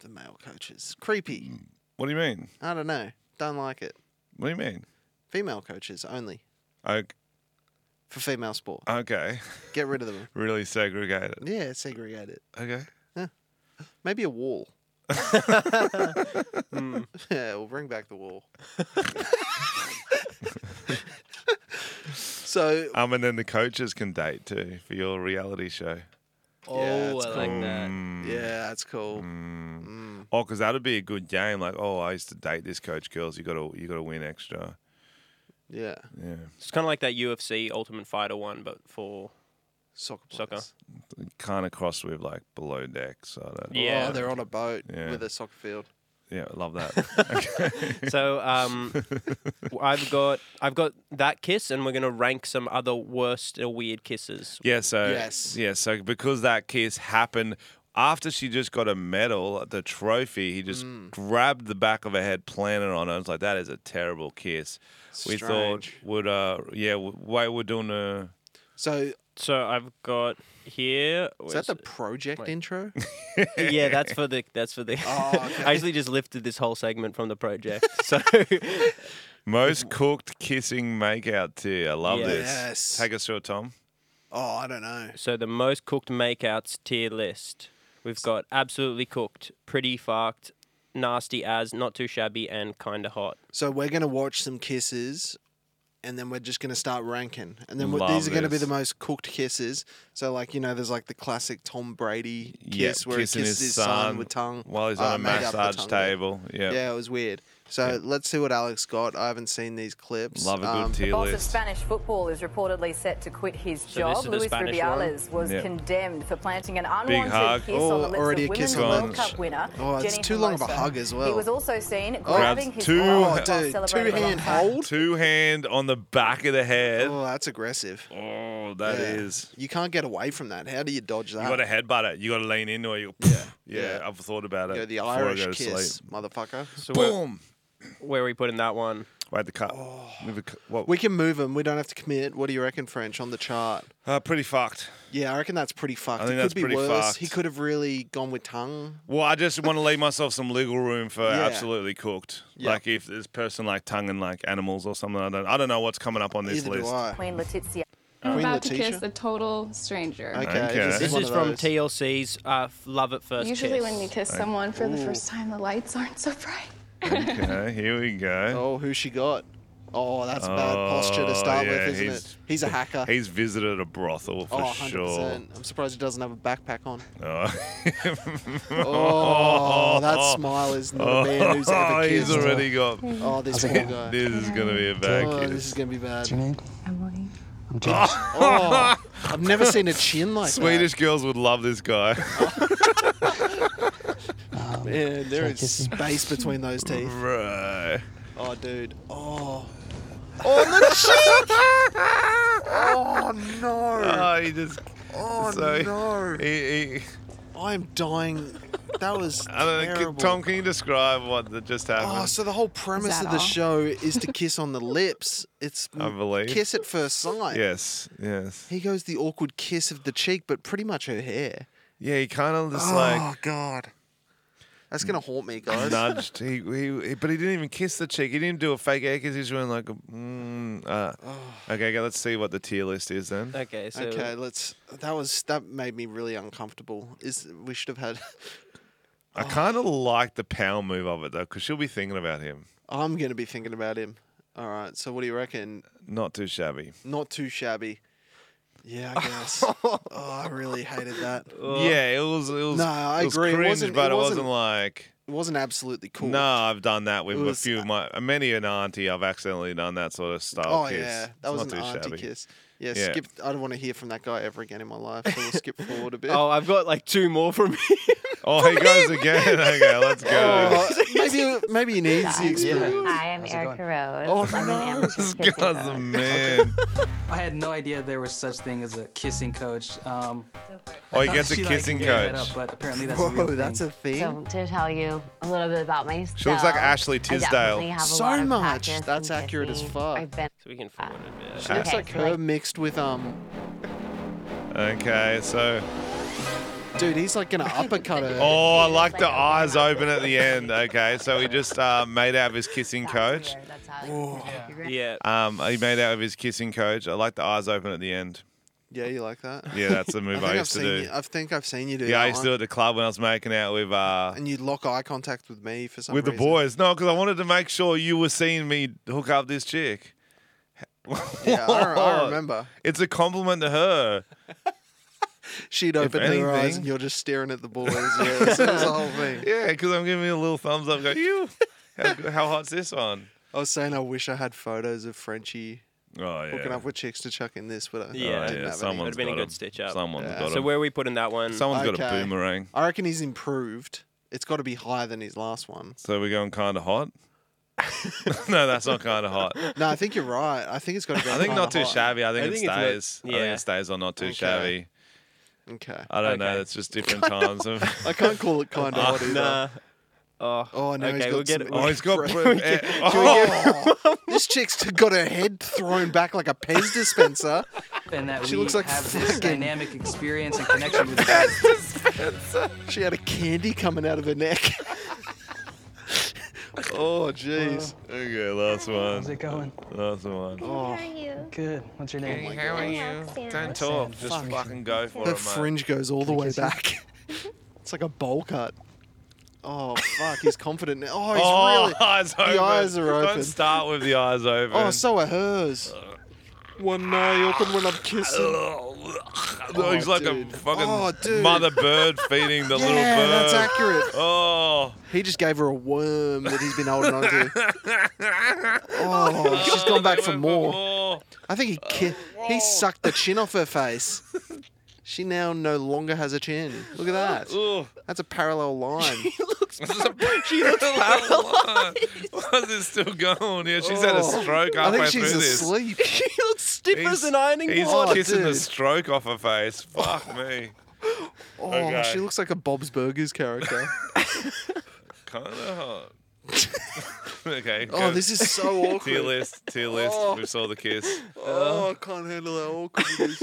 B: the male coaches. Creepy.
A: Hmm. What do you mean?
B: I don't know. Don't like it.
A: What do you mean?
B: Female coaches only
A: O-
B: for female sport.
A: Okay.
B: Get rid of them.
A: Really segregated.
B: Yeah, segregate it.
A: Okay.
B: Maybe a wall. yeah, we'll bring back the wall. so
A: Um, and then the coaches can date too for your reality show.
C: Oh,
B: that's
C: I like that.
A: Mm. Hmm.
B: yeah, that's cool.
A: Oh, because that'd be a good game. Like, oh, I used to date this coach. Girls, you gotta, you gotta win extra.
B: Yeah,
A: Yeah.
C: It's kind of like that UFC Ultimate Fighter one, but for
B: soccer. Players. Oh,
C: Soccer.
A: Kind of cross with like below deck. So that.
C: Yeah.
B: Oh, they're on a boat
A: Yeah.
B: with a soccer field.
A: Yeah, love that.
C: so um, w- I've got I've got that kiss, and we're gonna rank some other worst or weird kisses.
A: Yeah, so
B: Yes.
A: yeah, so because that kiss happened after she just got a medal, the trophy, he just
B: Mm.
A: grabbed the back of her head, planted on her. It's like that is a terrible kiss. We thought
B: Strange.
A: would uh yeah, w- why we're doing a
B: So
C: So I've got here.
B: is
C: where's
B: that the
C: it?
B: project intro?
C: yeah, that's for the that's for the.
B: Oh, okay.
C: I actually just lifted this whole segment from the project. So
A: most cooked kissing makeout tea. I love
C: Yeah.
A: this.
B: Yes.
A: Take us through it, Tom.
B: Oh, I don't know.
C: so the most cooked makeouts tier list. We've got absolutely cooked, pretty fucked, nasty as, not too shabby, and kinda hot.
B: So we're gonna watch some kisses, and then we're just gonna start ranking. And then we-
A: Love
B: these are gonna be
A: this.
B: the most cooked kisses. So like you know, there's like the classic Tom Brady
A: Yeah,
B: kiss where he kisses his, son, with tongue
A: while he's
B: Uh,
A: on a
B: made up with
A: massage
B: tongue, yeah.
A: table. Yeah.
B: Yeah, it was weird. So let's see what Alex got. I haven't seen these clips.
A: Love a good
B: Um,
A: tier
D: Boss of
A: list.
D: Spanish football is reportedly set to quit his
C: this
D: job.
C: is the
D: Luis
C: Spanish
D: Rubiales was
A: Yeah.
D: condemned for planting an
A: hug.
D: unwanted kiss
B: Oh,
D: on the lips
B: already a
D: of Women's
B: kiss
A: on the
D: World
A: lips.
D: Cup winner
B: Oh, it's
D: Jenny
B: too long of a
D: Hermosa.
B: hug as well.
D: He was also seen
A: Grabs
D: grabbing his
A: two-
D: arm
A: Oh,
D: while
B: dude,
D: celebrating
B: two hand
D: a
B: hold.
A: Two hand on the back of the head.
B: Oh, that's aggressive.
A: Oh, that
B: Yeah.
A: is.
B: You can't get away from that. How do you dodge that?
A: You got to headbutt it. You got to lean in, or you.
B: Ah. Yeah.
A: yeah,
B: Yeah.
A: I've thought about it.
B: You know, the
A: before I
B: Irish
A: go to
B: kiss,
A: sleep.
B: motherfucker.
C: So where,
A: Boom.
C: where are we putting that one?
A: Wait, the cut. Move the cu- what?
B: Oh. We can move them. We don't have to commit. What do you reckon, French, on the chart?
A: Uh, pretty fucked.
B: Yeah, I reckon that's pretty fucked.
A: think
B: it could
A: that's
B: be
A: pretty
B: worse.
A: fucked.
B: He could have really gone with tongue.
A: Well, I just want to leave myself some legal room for
B: Yeah.
A: absolutely cooked.
B: Yeah.
A: Like if there's person like tongue and like animals or something. I don't. I don't know what's coming up on this
B: Neither
A: list.
B: do I.
D: Queen Letizia.
E: I'm
B: Queen
E: about to
B: Letitia?
E: kiss a total stranger.
B: Okay,
A: Okay.
B: this is,
C: This
B: one
C: is
B: of
C: from
B: those.
C: TLC's uh, Love at First
E: Usually,
C: Kiss.
E: when you kiss someone for the first time, the lights aren't so bright.
A: Okay, here we go.
B: Oh, who she got? Oh, that's bad posture to
A: Oh,
B: start
A: yeah,
B: with, isn't
A: he's-
B: it? He's a hacker.
A: He's visited a brothel
B: oh,
A: for
B: 100%.
A: sure.
B: I'm surprised he doesn't have a backpack on.
A: Oh.
B: Oh, that smile is not a man who's
A: Oh,
B: ever kissed.
A: he's already got.
B: Oh, this poor guy.
A: This is gonna be a bad
B: Oh,
A: kiss.
B: this is gonna be bad.
E: Emily.
B: Oh, I've never seen a chin like
A: Swedish girls would love this guy.
B: that. Yeah, there is space between those teeth.
A: right.
B: Oh, dude. Oh.
A: Oh, he just.
B: Oh
A: so
B: no!
A: He, he,
B: I'm dying. That was
A: I don't know.
B: terrible.
A: Can, Tom, can you describe what that just happened?
B: Oh, so the whole premise
E: that
B: of the
E: all?
B: show is to kiss on the lips. It's
A: I believe.
B: kiss at first sight.
A: yes, yes.
B: He goes the awkward kiss of the cheek, but pretty much her hair.
A: Yeah, he kind of just
B: oh
A: like
B: god, that's gonna haunt me, guys.
A: nudged. He, he, he- but he didn't even kiss the cheek. He didn't do a fake air kiss. He just went like, a, mm, uh.
B: Oh.
A: okay, okay. Let's see what the tier list is then.
C: Okay, so
B: Okay, let's. That was that made me really uncomfortable. Is we should have had.
A: I kind of like the power move of it though, because she'll be thinking about him.
B: I'm gonna be thinking about him. All right. So what do you reckon?
A: Not too shabby.
B: Not too shabby. Yeah, I guess. oh, I really hated that.
A: Yeah, it was. It was.
B: No, I
A: it was
B: agree. It
A: Cringe,
B: wasn't-
A: but
B: it
A: it wasn't,
B: wasn't-
A: like.
B: It wasn't absolutely cool.
A: No, I've done that with
B: It
A: a
B: was-
A: few of my many an auntie. I've accidentally done that sort of style.
B: Oh
A: kiss.
B: yeah,
A: It's
B: that was
A: not
B: an
A: too
B: auntie
A: shabby.
B: kiss. Yeah,
A: Yeah.
B: skip. I don't want to hear from that guy ever again in my life. So we'll skip forward a bit.
C: Oh, I've got like two more from me.
A: Oh, he goes again. okay, let's go.
B: Oh, maybe maybe he needs the experience.
F: I am Erica Rose.
B: Oh.
F: I'm an
A: This
F: amateur kissing
A: guy's a
F: coach.
A: man.
G: I had no idea there was such thing as a kissing coach. Um,
A: Oh, he
G: thought
A: gets a
G: she, like,
A: kissing
G: made
A: coach.
G: that up, but apparently that's a
B: Whoa,
G: real thing.
B: that's a
F: So
B: thing.
F: to tell you a little bit about myself.
A: She looks like Ashley
F: I
A: Tisdale.
F: definitely have a
B: So
F: lot of
B: much.
F: practice
B: That's
F: in
B: accurate as
F: kissing.
B: fuck.
F: I've been
C: we can forward a bit.
B: She looks
F: Okay,
B: like
F: so,
B: her
F: like-
B: mixed with um.
A: Okay, so
B: Dude, he's like gonna uppercut her.
A: oh, I like the eyes open at the end. Okay, so he just uh, made out of his kissing coach.
F: weird. That's how. Yeah.
C: Yeah.
A: Um, he made out of his kissing coach. I like the eyes open at the end.
B: Yeah, you like that?
A: Yeah, that's the
B: I
A: move
B: think
A: I,
B: I've
A: used to
B: seen.
A: do.
B: You, I think I've seen you do.
A: yeah,
B: that
A: I used to
B: one.
A: do it at the club when I was making out with uh,
B: And you'd lock eye contact with me for some
A: with the
B: reason.
A: boys. No, because I wanted to make sure you were seeing me hook up this chick.
B: Yeah, I, re- I remember.
A: It's a compliment to her.
B: She'd open her eyes
A: anything-
B: and you're just staring at the boys. Yeah, this was the whole thing.
A: Yeah, because I'm giving you a little thumbs up. Go, you. How, good- how hot's this one?
B: I was saying I wish I had photos of Frenchie
A: Oh yeah.
B: hooking up with chicks to chuck in this, but I,
A: Oh,
C: Yeah.
B: I
A: yeah,
B: didn't have any.
A: someone's
C: Would've been a
A: got
C: good
A: him.
C: stitch up.
A: Someone's
B: Yeah.
A: got
C: So
A: him.
C: where are we putting that one?
A: Someone's got
B: Okay.
A: a boomerang.
B: I reckon he's improved. It's got to be higher than his last one.
A: So we're going kind of hot. no, that's not kind of hot.
B: No, I think you're right. I think it's got to go.
A: I think
B: kinda
A: not too
B: high.
A: shabby. I think,
C: I
A: it
C: think it's not-
A: stays. I
C: yeah.
A: think it stays on not too
B: Okay.
A: shabby.
B: Okay.
A: I don't know.
C: Okay.
A: It's just different times. of-
B: I can't call it kind of hot either.
C: Nah. Oh.
B: Oh no, he's
C: Okay,
B: got
C: we'll get
B: some-
C: it.
A: oh, he's got.
B: Can
A: Br-
B: we
A: eh,
B: get-
A: oh,
B: this chick's got her head thrown back like a Pez dispenser.
G: and that
B: She
G: we
B: looks like
G: have this
B: fucking-
G: dynamic experience and connection with each other.
B: She had a candy coming out of her neck. oh jeez.
A: okay, last one.
H: How's it going?
A: Last one.
B: Oh,
H: Good. What's your name?
A: How are you? Don't talk. Just fucking go for
B: the
A: it, mate.
B: fringe goes all the way back. it's like a bowl cut. Oh fuck, he's confident now. Oh, he's
A: oh,
B: really. Oh,
A: eyes open.
B: eyes are open.
A: Don't start with the eyes open.
B: Oh, so are hers. One eye open when I'm kissing.
A: he's like
B: dude.
A: a fucking
B: Oh, dude.
A: mother bird feeding the little
B: Yeah,
A: bird.
B: that's accurate.
A: Oh,
B: He just gave her a worm that he's been holding on to. Oh, she's gone back for more.
A: oh.
B: I think he ki- he sucked the chin off her face. She now no longer has a chin. Look at that.
A: Ooh.
B: That's a parallel line.
A: This is a- she looks paralyzed. Why is it still going? Yeah, she's had a
B: Oh.
A: stroke
B: I
A: halfway
B: think she's
A: through this.
B: asleep.
C: she looks stiff
A: He's,
C: as an ironing
A: he's
C: board.
A: kissing the
B: dude.
A: stroke off her face. Fuck me.
B: Oh,
A: Okay.
B: she looks like a Bob's Burgers character.
A: Kind of hot. okay.
B: oh, this is so
A: Tier
B: awkward.
A: list, tier list. We saw the kiss.
B: Oh, I can't handle how awkward it is.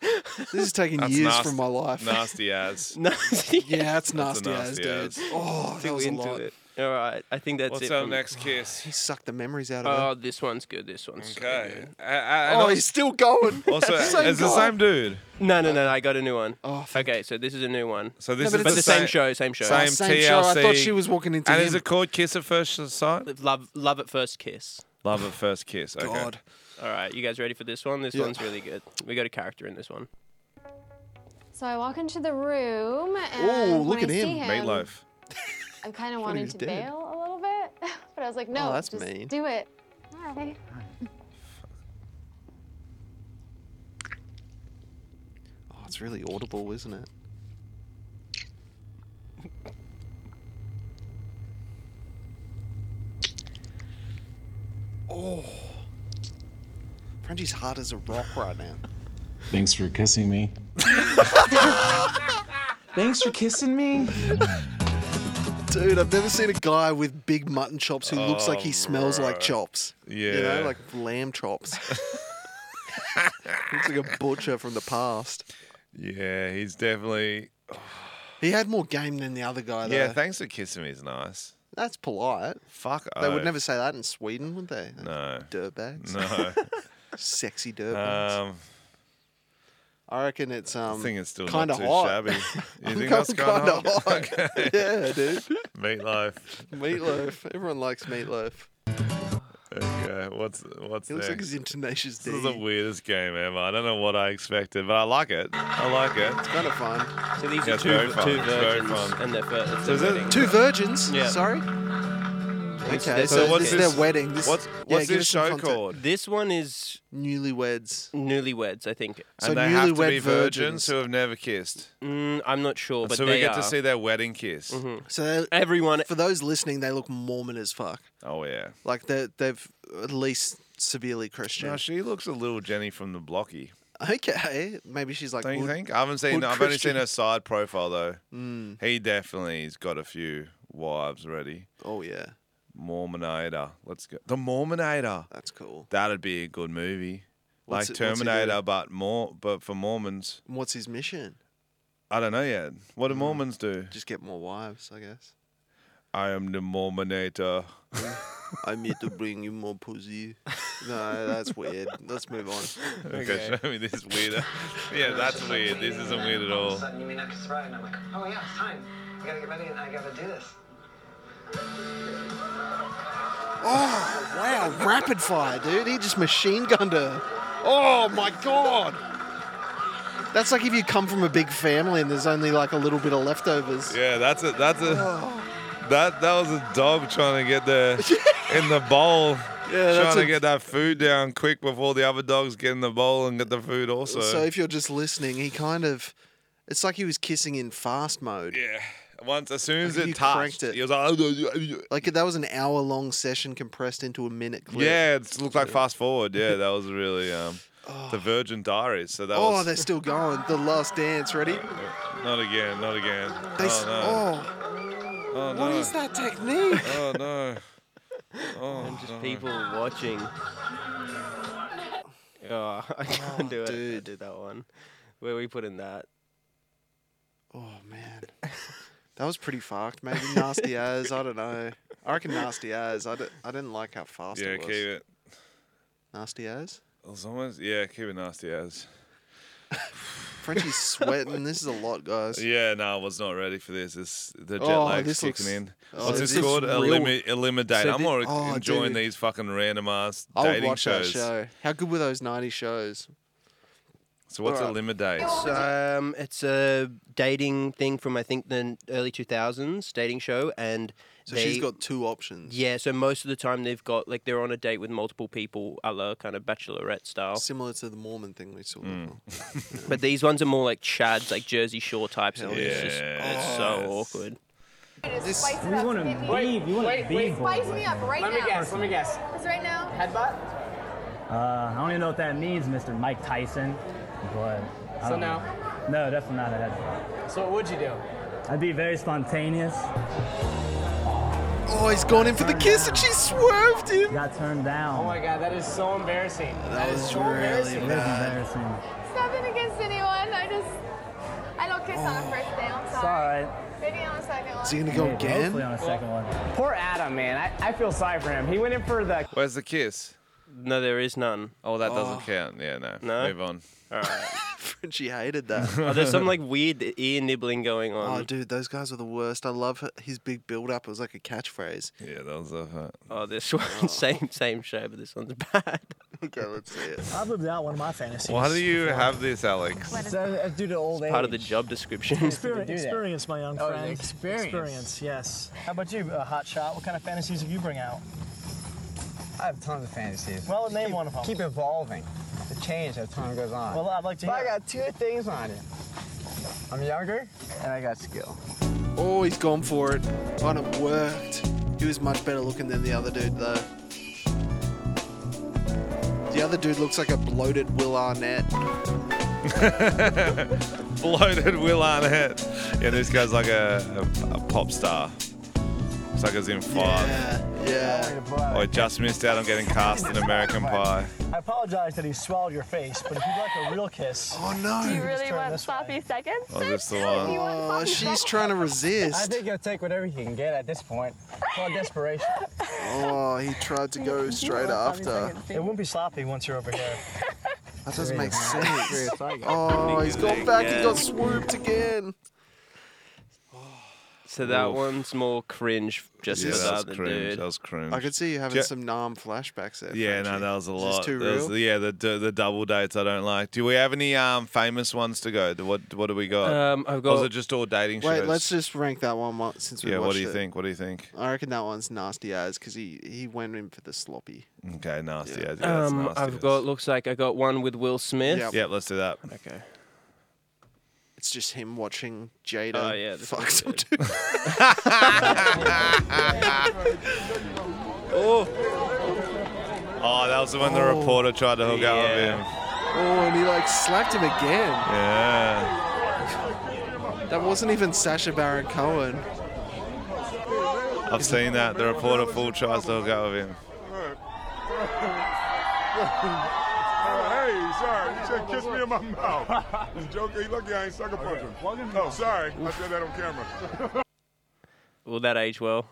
B: This is taking
A: That's
B: years
A: nasty,
B: from my life.
A: Nasty ass.
C: No,
B: Yeah,
A: That's
B: that's
A: a
B: nasty, as
A: nasty
B: dude. Oh, that
C: too
B: was a
C: into
B: lot.
C: it. All right, I think that's
A: What's
C: it.
A: our
C: from-
A: next kiss?
B: He sucked the memories out of her.
C: Oh, this one's good. This one's so
A: Okay.
C: good.
A: Uh, uh, and
B: Oh,
A: al-
B: he's still going.
A: also,
B: Same
A: it's the
B: guy.
A: same dude.
C: No, no, no, I got a new one.
B: Oh, fuck.
C: okay, so this is a new one.
A: So this
B: but
A: is
B: it's
C: But the same show, same show.
A: Same
B: Same show. I thought
A: TLC.
B: she was walking into
A: And
B: him.
A: is it called Kiss at First Sight?
C: Love, love at first kiss.
A: Love at First Kiss. Okay.
B: God.
C: All right, you guys ready for this one? This
B: Yeah.
C: one's really good. We got a character in this one.
F: So I walk into the room and
B: Oh,
F: when
B: look
F: I
B: at
F: see
B: him.
F: him,
A: Meatloaf.
F: I kind of
B: he
F: wanted
B: was
F: to
B: dead.
F: bail a little bit, but I was like, no,
B: that's
F: just
B: mean.
F: do it. All right.
B: Oh, it's really audible, isn't it? Oh. Frenchie's hard as a rock right now.
I: Thanks for kissing me.
H: Thanks for kissing me.
B: Dude, I've never seen a guy with big mutton chops who looks like he smells like chops. You
A: Oh, Yeah.
B: know, like lamb chops. looks like a butcher from the past.
A: Yeah, he's definitely.
B: He had more game than the other guy, though.
A: Yeah, thanks for kissing me is nice.
B: That's polite.
A: Fuck.
B: They would
A: off.
B: never say that in Sweden, would they? Those
A: Oh. No.
B: Dirtbags.
A: No.
B: Sexy dirtbags.
A: Um,
B: I reckon it's um
A: I think it's still
B: kind
A: not
B: of
A: too
B: hot.
A: shabby. You think
B: I'm
A: that's kind of
B: kinda
A: hot?
B: hot. yeah, dude.
A: Meatloaf.
B: Meatloaf. Everyone likes meatloaf.
A: Okay, what's what's
B: He looks like
A: next?
B: he's in Tenacious D.
A: this is the weirdest game ever. I don't know what I expected, but I like it. I like it.
B: kind of fun.
C: So these
A: Yeah,
C: are
A: it's
C: two,
A: very fun.
C: two
A: It's very
C: virgins
A: fun.
C: and their first.
A: So is it-
B: Two virgins.
C: Yeah.
B: Sorry. Okay,
C: this-
B: so,
C: so
B: this
C: what's
B: is
A: this-
B: their wedding. This,
A: What's
B: yeah,
A: what's
B: give
A: this
B: us some
A: show
B: context.
A: called?
C: This one is
B: Newlyweds.
C: newlyweds, I think.
B: So
A: and they have to
B: newlywed
A: be virgins,
B: virgins.
A: who have never kissed.
C: Mm, I'm not sure, but
A: so
C: they
A: we get
C: are. Mm-hmm.
A: to see their wedding kiss.
B: So they-
C: everyone.
B: for those listening, they look Mormon as fuck.
A: Oh yeah.
B: Like they they've at least severely Christian.
A: Now she looks a little Jenny from the Blocky.
B: okay, maybe she's like.
A: Don't you
B: would-
A: think? I haven't seen.
B: would
A: I've only seen
B: Christian- Hmm.
A: her side profile though. He definitely's got a few wives already.
B: Oh yeah,
A: Mormonator. Let's go. The Mormonator.
B: that's cool.
A: That'd be a good movie.
B: What's
A: like
B: it- what's he
A: Terminator,
B: doing?
A: but more, but for Mormons.
B: And What's his mission?
A: I don't know yet. What do Mormons do?
B: Just get more wives, I guess.
A: I am the Mormonator.
B: I'm here to bring you more pussy. No, that's weird. Let's move on.
A: Okay, show me this weirder. yeah, that's weird. This isn't weird at all.
H: you may not get surprised, and I'm like, oh yeah, it's time. I gotta get ready and I gotta do this.
B: Wow, rapid fire, dude. He just machine gunned her. Oh my god. That's like if you come from a big family and there's only like a little bit of leftovers.
A: Yeah, that's a that's a that that was a dog trying to get the in the bowl.
B: Yeah, that's
A: trying to
B: a-
A: get that food down quick before the other dogs get in the bowl and get the food also.
B: So if you're just listening, he kind of it's like he was kissing in fast mode.
A: yeah. Once as soon as
B: Like,
A: it
B: you
A: touched,
B: cranked it.
A: he was like, "Oh,
B: Like that was an hour long session compressed into a minute clip.
A: Yeah, it looked like fast forward. Yeah, that was really um, the Virgin Diaries. So that
B: Oh,
A: was Oh,
B: they're still going. The last dance, ready?
A: not again, not again.
B: They s-
A: oh
B: oh,
A: no! Oh,
B: what
A: no.
B: is that technique?
A: Oh no! Oh,
C: and just people watching. Oh, I can't do it. I
B: dude.
C: did that one. Where we put in that.
B: Oh man, that was pretty fucked. Maybe nasty as I don't know. I reckon nasty as I, d- I didn't like how fast
A: yeah,
B: it was.
A: keep it.
B: Nasty as
A: It was almost yeah, keep it nasty as.
B: Frenchie's sweating. this is a lot, guys.
A: Yeah, no, I was not ready for this. This the jet
B: Oh,
A: lag's
B: this
A: kicking
B: looks-
A: in.
B: oh,
A: What's
B: this
A: this
B: is
A: called?
B: real-
A: Elimi- eliminate.
C: So
A: I'm
C: thi-
A: more
B: Oh,
A: enjoying
B: dude.
A: these fucking random ass
B: I would
A: dating
B: watch
A: shows.
B: that show. How good were those '90s shows?
A: So what's
C: Alright.
A: a limit date?
C: It's, um, it's a dating thing from I think the early two thousands dating show, and
B: So she's
C: they-
B: got two options.
C: Yeah, so most of the time they've got like they're on a date with multiple people, a la kind of bachelorette style.
B: Similar to the Mormon thing we saw.
A: Hmm.
B: before.
C: But these ones are more like Chads, like Jersey Shore types, and
B: Hell
C: it's just
B: yeah.
C: it's so awkward.
B: This-
J: Spice it up.
K: wanna
J: Hit me.
K: leave, you wanna
J: Wait,
K: be
J: wait,
K: bold
J: Spice me
K: right
J: up
K: now.
J: right
K: Let me
J: now.
K: guess, let me guess.
J: Because right now. Headbutt.
K: Uh, I don't even know what that means, Mr. Mike Tyson. But I
J: So
K: don't
J: no?
K: know. No, definitely not a headbutt.
J: So what would you do?
K: I'd be very spontaneous.
B: Oh, he's gone in for the kiss and she swerved him.
K: Got turned
J: Oh
K: down.
J: my god, that is so embarrassing. that is
K: It
J: so
K: was
J: embarrassing.
K: embarrassing.
F: It's nothing against anyone. I just, I don't kiss on a first day. I'm
K: It's
F: sorry.
K: alright.
F: Maybe on a second one.
K: Maybe, Hopefully on a second one.
J: Poor Adam, man. I, I feel sorry for him. He went in for the.
A: Where's the kiss?
C: No, there is none.
A: Oh, that doesn't
C: Oh.
A: count. Yeah, no.
C: No?
A: Move on.
C: All right.
B: she hated that.
C: oh, there's some like weird ear nibbling going on.
B: Oh, dude, those guys are the worst. I love her- his big build up. It was like a catchphrase.
A: Yeah, that was a.
C: Oh, this one, same same show, but this one's bad.
B: okay, let's see it.
K: I've lived out one of my fantasies.
A: Why do you have this, Alex?
K: It's uh, due to old age.
C: Part of the job description.
K: Experience, experience, my young
J: Oh,
K: friend.
J: experience.
K: Experience, yes. How about you, uh, Hot Shot? What kind of fantasies have you bring out?
L: I have tons of fantasies.
K: Well, name one of them.
L: Keep evolving. The change as time goes on.
K: Well, I'd like to hear.
L: I got two things on it. I'm younger and I got skill.
B: Oh, he's gone for it. And it worked. He was much better looking than the other dude, though. The other dude looks like a bloated Will Arnett.
A: Bloated Will Arnett. Yeah, this guy's like a, a, a pop star. Sucker's in five.
B: Yeah.
A: Oh, I just missed out on getting cast in American Pie.
K: I apologize that he swallowed your face, but if you'd like a real kiss.
B: Oh, no.
K: you just turn this way.
M: sloppy seconds?
A: Oh, that's the
M: You
A: one.
M: want
B: Oh, she's trying to
L: I
B: resist.
L: think you'll take whatever you can get at this point. It's called desperation.
B: Oh, he tried to go straight after.
K: It won't be sloppy once you're over here.
B: That doesn't make
K: Serious,
B: sense.
K: I got it.
B: Oh, he's gone back. He
C: Again.
B: got swooped again.
C: So that one's more cringe, just
A: Yeah,
C: for
A: that was
C: the other
A: cringe,
C: dude.
A: that was cringe.
B: I could see you having
A: Yeah.
B: some Nam flashbacks there.
A: Yeah, no, that was a
B: Is this
A: lot.
B: too
A: That was-
B: real?
A: yeah, the, d- the double dates I don't like. Do we have any um, famous ones to go? Do- What what do we got?
C: Um, I've
A: Or is
C: got-
A: it just all dating
B: Wait,
A: shows?
B: let's just rank that one mo- since we
A: yeah, what
B: watched
A: do you
B: it.
A: think? What do you think?
B: I reckon that one's nasty as because he, he went in for the sloppy.
A: Okay, nasty. Yeah. that's
C: Um,
A: nasty.
C: I've got looks like I got one with Will Smith.
B: Yep.
A: Yeah, let's do that.
C: Okay.
B: It's just him watching Jada
C: Oh, yeah, this
B: fuck
C: one's
B: some
C: good.
B: dude.
A: Oh, that was the one the
B: Oh.
A: reporter tried to hook up with him.
B: Oh, and he like slapped him again.
A: Yeah.
B: That wasn't even Sasha Baron Cohen.
A: I've seen that. The reporter full tries to hook up with him.
N: hey, sorry. You said kiss me in my mouth. This joker, you lucky I ain't sucker punching. Oh, sorry. I said that on camera.
C: Will that age well?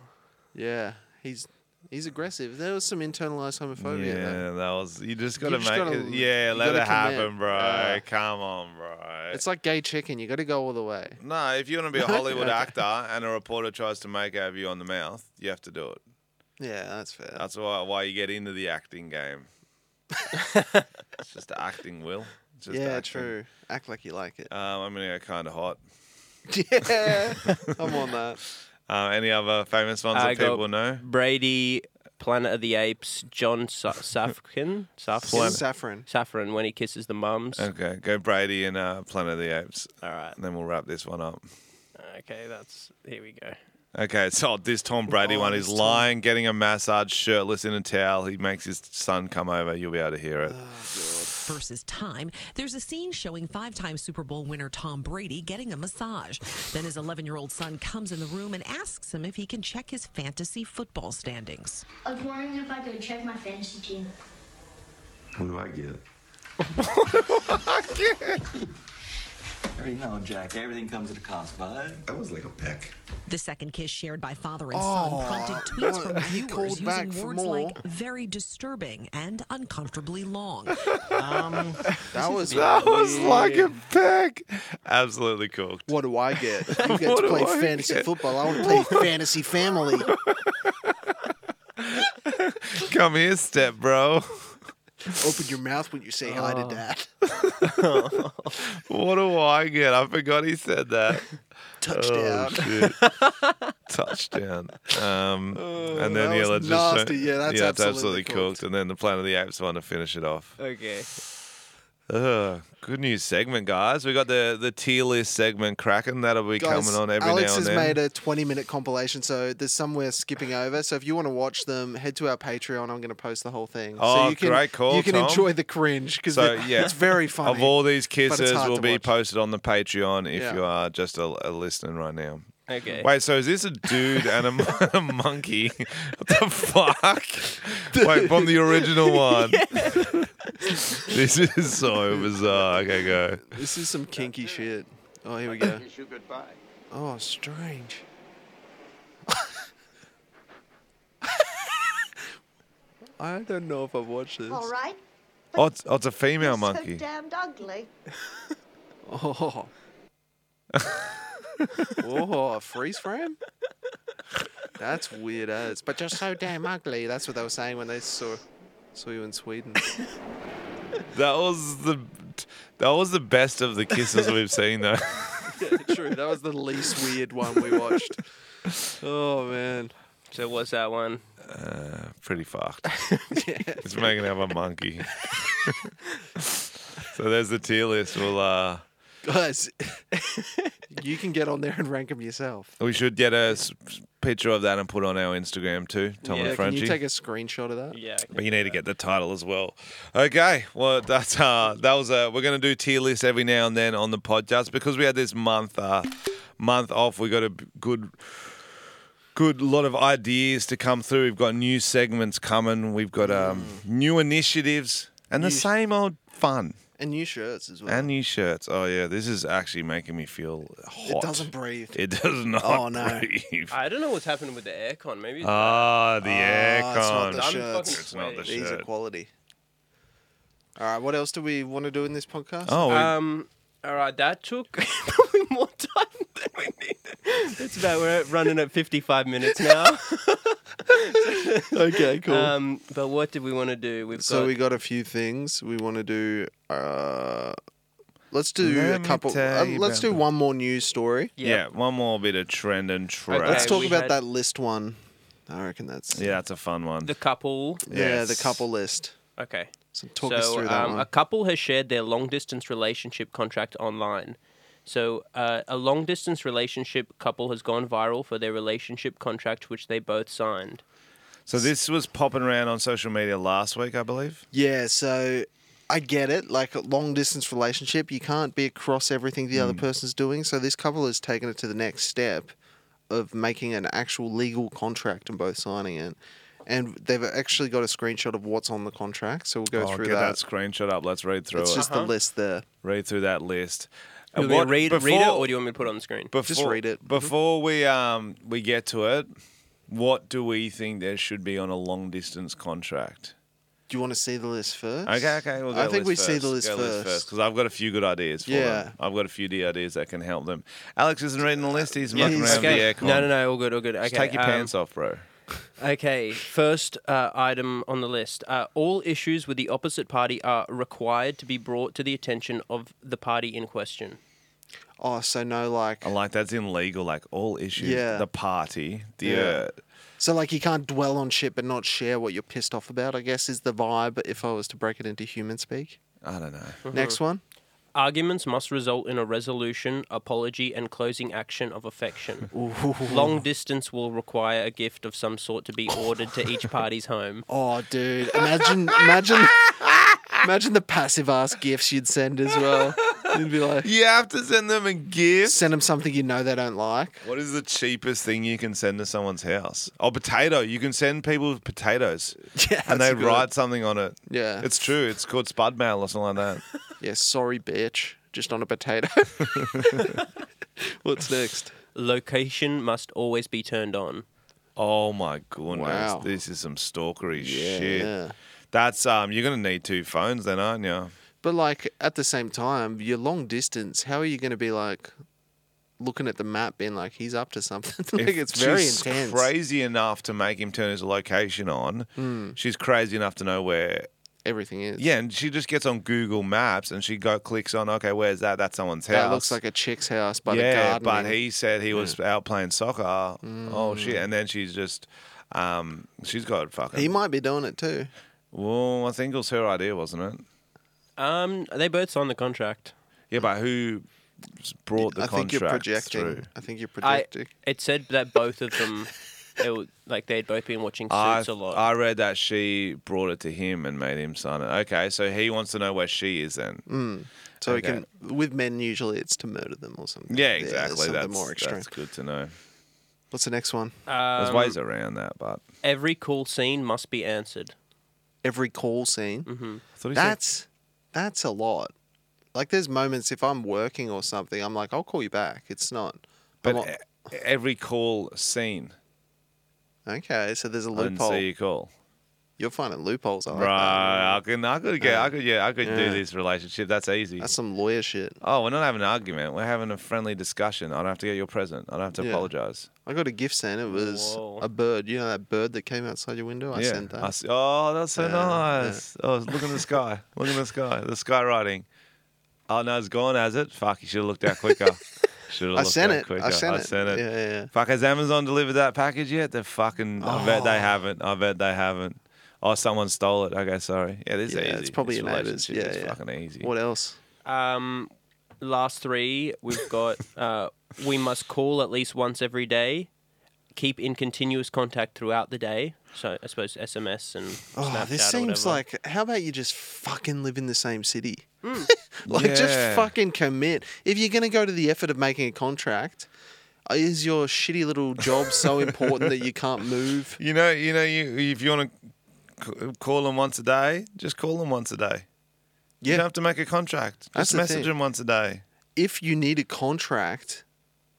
B: Yeah, he's he's aggressive. There was some internalized homophobia.
A: yeah,
B: there.
A: that was. You just
B: You
A: gotta
B: just
A: make
B: gotta-
A: it. Yeah,
B: you
A: let
B: gotta
A: it happen,
B: commit.
A: bro.
B: Yeah.
A: Come on, bro.
B: It's like gay chicken. You got to go all the way.
A: no, if you want to be a Hollywood
B: Okay.
A: actor and a reporter tries to make out of you on the mouth, you have to do it.
B: Yeah, that's fair.
A: That's why why you get into the acting game. it's just acting, Will. It's Just
B: yeah,
A: acting.
B: true. Act like you like it.
A: Um, I'm gonna go kind of hot.
B: yeah, I'm on that.
A: Uh, any other famous ones
C: I
A: that people
C: got
A: know?
C: Brady, Planet of the Apes, John Sa- Safkin, Safkin,
B: Saffron.
C: Saffron when he kisses the mums.
A: Okay, go Brady and uh, Planet of the Apes.
C: All right.
A: And then we'll wrap this one up.
C: Okay, that's here we go.
A: Okay, so this Tom Brady
C: Oh,
A: one is
C: this Tom.
A: lying, getting a massage, shirtless in a towel. He makes his son come over. You'll be able to hear it.
O: versus time, there's a scene showing five time Super Bowl winner Tom Brady getting a massage. Then his 11 year old son comes in the room and asks him if he can check his fantasy football standings.
P: I was wondering if I could check my fantasy team.
Q: What do I get?
R: You know, Jack, everything comes at a cost, bud. That was like a peck.
O: The second kiss shared by father and
R: Oh,
O: son prompted tweets from
R: no, he called
O: viewers
R: back
O: using
R: for
O: words
R: more.
O: like very disturbing and uncomfortably long. um,
B: That was
A: That was like a
B: weird.
A: peck. Absolutely cooked.
B: What do I get? You get
A: What
B: to
A: do
B: play
A: I
B: fantasy
A: get?
B: football. I want to play fantasy family.
A: Come here, step bro.
B: Open your mouth when you say hi
A: Oh.
B: to dad.
A: what do I get? I forgot he said that.
B: Touchdown.
A: Oh, shit. Touchdown. Um, and then
B: Oh, that
A: yeah,
B: was
A: let's just
B: nasty. Yeah, that's
A: yeah, it's
B: absolutely
A: absolutely cooked. And then the Planet of the Apes one to finish it off.
C: Okay.
A: Ugh, good news segment, guys. We got the the tier list segment cracking. That'll be
B: Guys,
A: coming on every
B: Alex
A: now and
B: has
A: then.
B: made a 20 minute compilation, so there's some we're skipping over. So if you want to watch them, head to our Patreon. I'm going to post the whole thing. so
A: Oh,
B: you can,
A: great call,
B: You can
A: Tom.
B: enjoy the cringe because
A: so yeah,
B: it's very funny.
A: Of all these
B: but it's
A: kisses,
B: hard
A: will
B: to
A: be
B: watch.
A: posted on the Patreon if
B: Yeah.
A: you are just a, a listening right now.
C: Okay.
A: Wait, so is this a dude and a, mon- a monkey? What the fuck? Wait, from the original one. This is so bizarre. Okay, go.
B: This is some kinky shit. Oh, here we go.
H: Kiss you goodbye.
B: Oh, strange. I don't know if I've watched this.
M: All right.
A: Oh, it's, oh, it's a female
M: You're
A: monkey.
M: So damned ugly.
B: Oh. oh, a freeze frame? That's weird as. But you're so damn ugly. That's what they were saying when they saw saw you in Sweden.
A: That was the that was the best of the kisses we've seen though.
B: yeah, true. That was the least weird one we watched. Oh man.
C: So what's that one?
A: Uh, pretty fucked. It's making up a monkey. so there's the tier list. We'll uh,
B: Guys, you can get on there and rank them yourself.
A: we should get a s- s- picture of that and put on our Instagram too, Tom and
B: can
A: Frenchie.
B: you take a screenshot of that?
C: Yeah.
A: But you need to get the title as well. Okay, well that's uh that was uh we're gonna do tier lists every now and then on the podcast because we had this month uh month off. We got a b- good good lot of ideas to come through. We've got new segments coming. We've got um new initiatives and the
B: New sh-
A: same old fun
B: And new shirts as well.
A: and new shirts. Oh yeah, this is actually making me feel hot.
B: it doesn't breathe.
A: It does not.
B: Oh, no.
A: breathe.
C: I don't know what's happening with the aircon. Maybe. it's-
A: Ah, the
B: Ah,
A: aircon.
B: It's not the
C: I'm
B: shirts.
C: fucking It's not the
B: These are
C: shirt.
B: quality. All right, what else do we want to do in this podcast?
A: Oh, we-
C: Um. All right, that took probably more time than we needed. It's about we're at- running at fifty-five minutes now.
B: okay, cool.
C: Um, but what did we want to do? We've
B: so
C: got
B: we got a few things we want to do. Uh, let's do
A: Let
B: a
A: me
B: couple.
A: tell
B: Uh,
A: you
B: let's do
A: about
B: one more news story.
A: Yeah, one more bit of trend and trash.
B: Let's
C: Okay,
B: talk
C: we
B: about
C: had-
B: that list one. I reckon that's
A: Yeah, that's a fun one.
C: the couple.
B: yeah the
A: Yes.
B: couple list.
C: Okay.
B: So talk
C: so
B: us through that
C: um,
B: one.
C: a couple has shared their long distance relationship contract online. So uh, a long distance relationship couple has gone viral for their relationship contract, which they both signed.
A: So this was popping around on social media last week, I believe.
B: Yeah, so I get it. Like a long distance relationship, you can't be across everything the other
A: Mm.
B: person's doing. So this couple has taken it to the next step of making an actual legal contract and both signing it. And they've actually got a screenshot of what's on the contract, so we'll go
A: Oh,
B: through
A: get that.
B: that.
A: screenshot up. Let's read through
B: It's
A: it.
B: just the list there.
A: Read through that list.
C: Do you
A: And
C: want
A: what-
C: me to read, read it,
A: before-
C: or do you want me to put it on the screen?
A: before,
B: read it. Mhm.
A: Before we um we get to it, what do we think there should be on a long distance contract?
B: Do you want to see the list first?
A: Okay, okay. We'll go
B: I think we
A: list
B: see
A: first.
B: the list
A: Go
B: first.
A: because I've got a few good ideas for
B: Yeah.
A: them. I've got a few D ideas that can help them. Alex isn't reading the list. He's mucking
B: he's-
A: around with
C: Okay.
A: the aircon.
C: No, no, no. All good. All good. Okay.
A: Just take your
C: um,
A: pants off, bro.
C: Okay, first uh, item on the list. Uh, all issues with the opposite party are required to be brought to the attention of the party in question.
B: Oh, so no, like,
A: I like that's in legal, like all issues.
B: Yeah.
A: The party, the uh,
B: Yeah. so like you can't dwell on shit but not share what you're pissed off about. I guess is the vibe. If I was to break it into human speak.
A: uh, I don't know.
B: Next one.
C: Arguments must result in a resolution, apology, and closing action of affection. Long distance will require a gift of some sort to be ordered to each party's home.
B: Oh, dude! Imagine, imagine, imagine the passive ass gifts you'd send as well. You'd be like,
A: You have to send them a gift.
B: send them something you know they don't like.
A: What is the cheapest thing you can send to someone's house? Oh, potato. You can send people potatoes.
B: Yeah,
A: And they
B: that's a good-
A: write something on it.
B: Yeah.
A: It's true. It's called spud mail or something like that.
B: Yeah, sorry, bitch. Just on a potato. What's next?
C: Location must always be turned on.
A: Oh my goodness.
B: Wow.
A: This is some stalkery
B: Yeah.
A: shit. That's um you're gonna need two phones then, aren't you?
B: But like at the same time, you're long distance. How are you going to be like looking at the map, being like, he's up to something? like
A: If
B: it's very
A: she's
B: intense. Hmm.
A: Crazy enough to make him turn his location on. She's crazy enough to know where
B: everything is.
A: Yeah, and she just gets on Google Maps and she go clicks on, okay, where's that? That's someone's house.
B: That looks like a chick's house by
A: yeah,
B: the garden.
A: but he said he was out playing soccer. Oh shit! And then she's just, um, she's got fucking.
B: Mm. He might be doing it too.
A: Well, I think it was her idea, wasn't it?
C: Um, they both signed the contract.
A: Yeah, but who brought the
B: I think you're
A: contracts
B: projecting.
A: through?
B: I think you're
C: I-
B: projecting.
C: it said that both of them, it, wa- like they'd both been watching
A: I,
C: Suits a lot.
A: I read that she brought it to him and made him sign it. Okay, so he wants to know where she is then.
B: Mm. So we
A: Okay.
B: can with men usually it's to murder them or something.
A: Yeah, exactly.
B: something
A: that's,
B: more extreme.
A: that's good to know.
B: What's the next one?
A: There's
C: Um,
A: ways around that, but
C: Every call scene must be answered.
B: Every call scene.
C: Mm-hmm.
A: he said-
B: That's that's a lot. Like there's moments if I'm working or something, I'm like, I'll call you back. It's not.
A: but
B: I'm like,
A: e- every call seen,
B: okay, so there's a
A: I didn't
B: loophole.
A: see you call.
B: You're finding loopholes. I like that.
A: Right, I could, I could get, I could, yeah, I could
B: Yeah.
A: do this relationship. That's easy.
B: That's some lawyer shit.
A: oh, we're not having an argument. We're having a friendly discussion. I don't have to get your present. I don't have to
B: Yeah.
A: apologize.
B: I got a gift sent. It was
C: Whoa.
B: a bird. You know that bird that came outside your window? I
A: yeah.
B: sent that.
A: I s- oh, that's so
B: Yeah, yeah.
A: nice. Oh, look in the sky. look in the sky. The skywriting. Oh no, it's gone, has it? Fuck, you should have looked out quicker. Should have
B: I
A: looked
B: sent
A: out
B: it. I
A: quicker.
B: sent it.
A: it.
B: Yeah, yeah, yeah.
A: Fuck, has Amazon delivered that package yet? They're fucking. I bet
B: Oh.
A: they haven't. I bet they haven't. Oh, someone stole it. Okay, sorry. Yeah, this is
B: Yeah,
A: easy.
B: it's probably
A: this
B: your neighbours.
A: relationship
B: Yeah,
A: is
B: yeah.
A: fucking easy.
B: What else?
C: Um, last three we've got. Uh, we must call at least once every day. Keep in continuous contact throughout the day. So I suppose SMS and
B: Oh,
C: Snapchat
B: this
C: or
B: seems
C: whatever.
B: like. How about you just fucking live in the same city? like, just
A: Mm. Yeah.
B: fucking commit. If you're gonna go to the effort of making a contract, is your shitty little job so important that you can't move?
A: You know, you know, you if you want to call them once a day, just call them once a day. You
B: Yeah.
A: don't have to make a contract. Just
B: That's the
A: message
B: thing.
A: them once a day.
B: If you need a contract,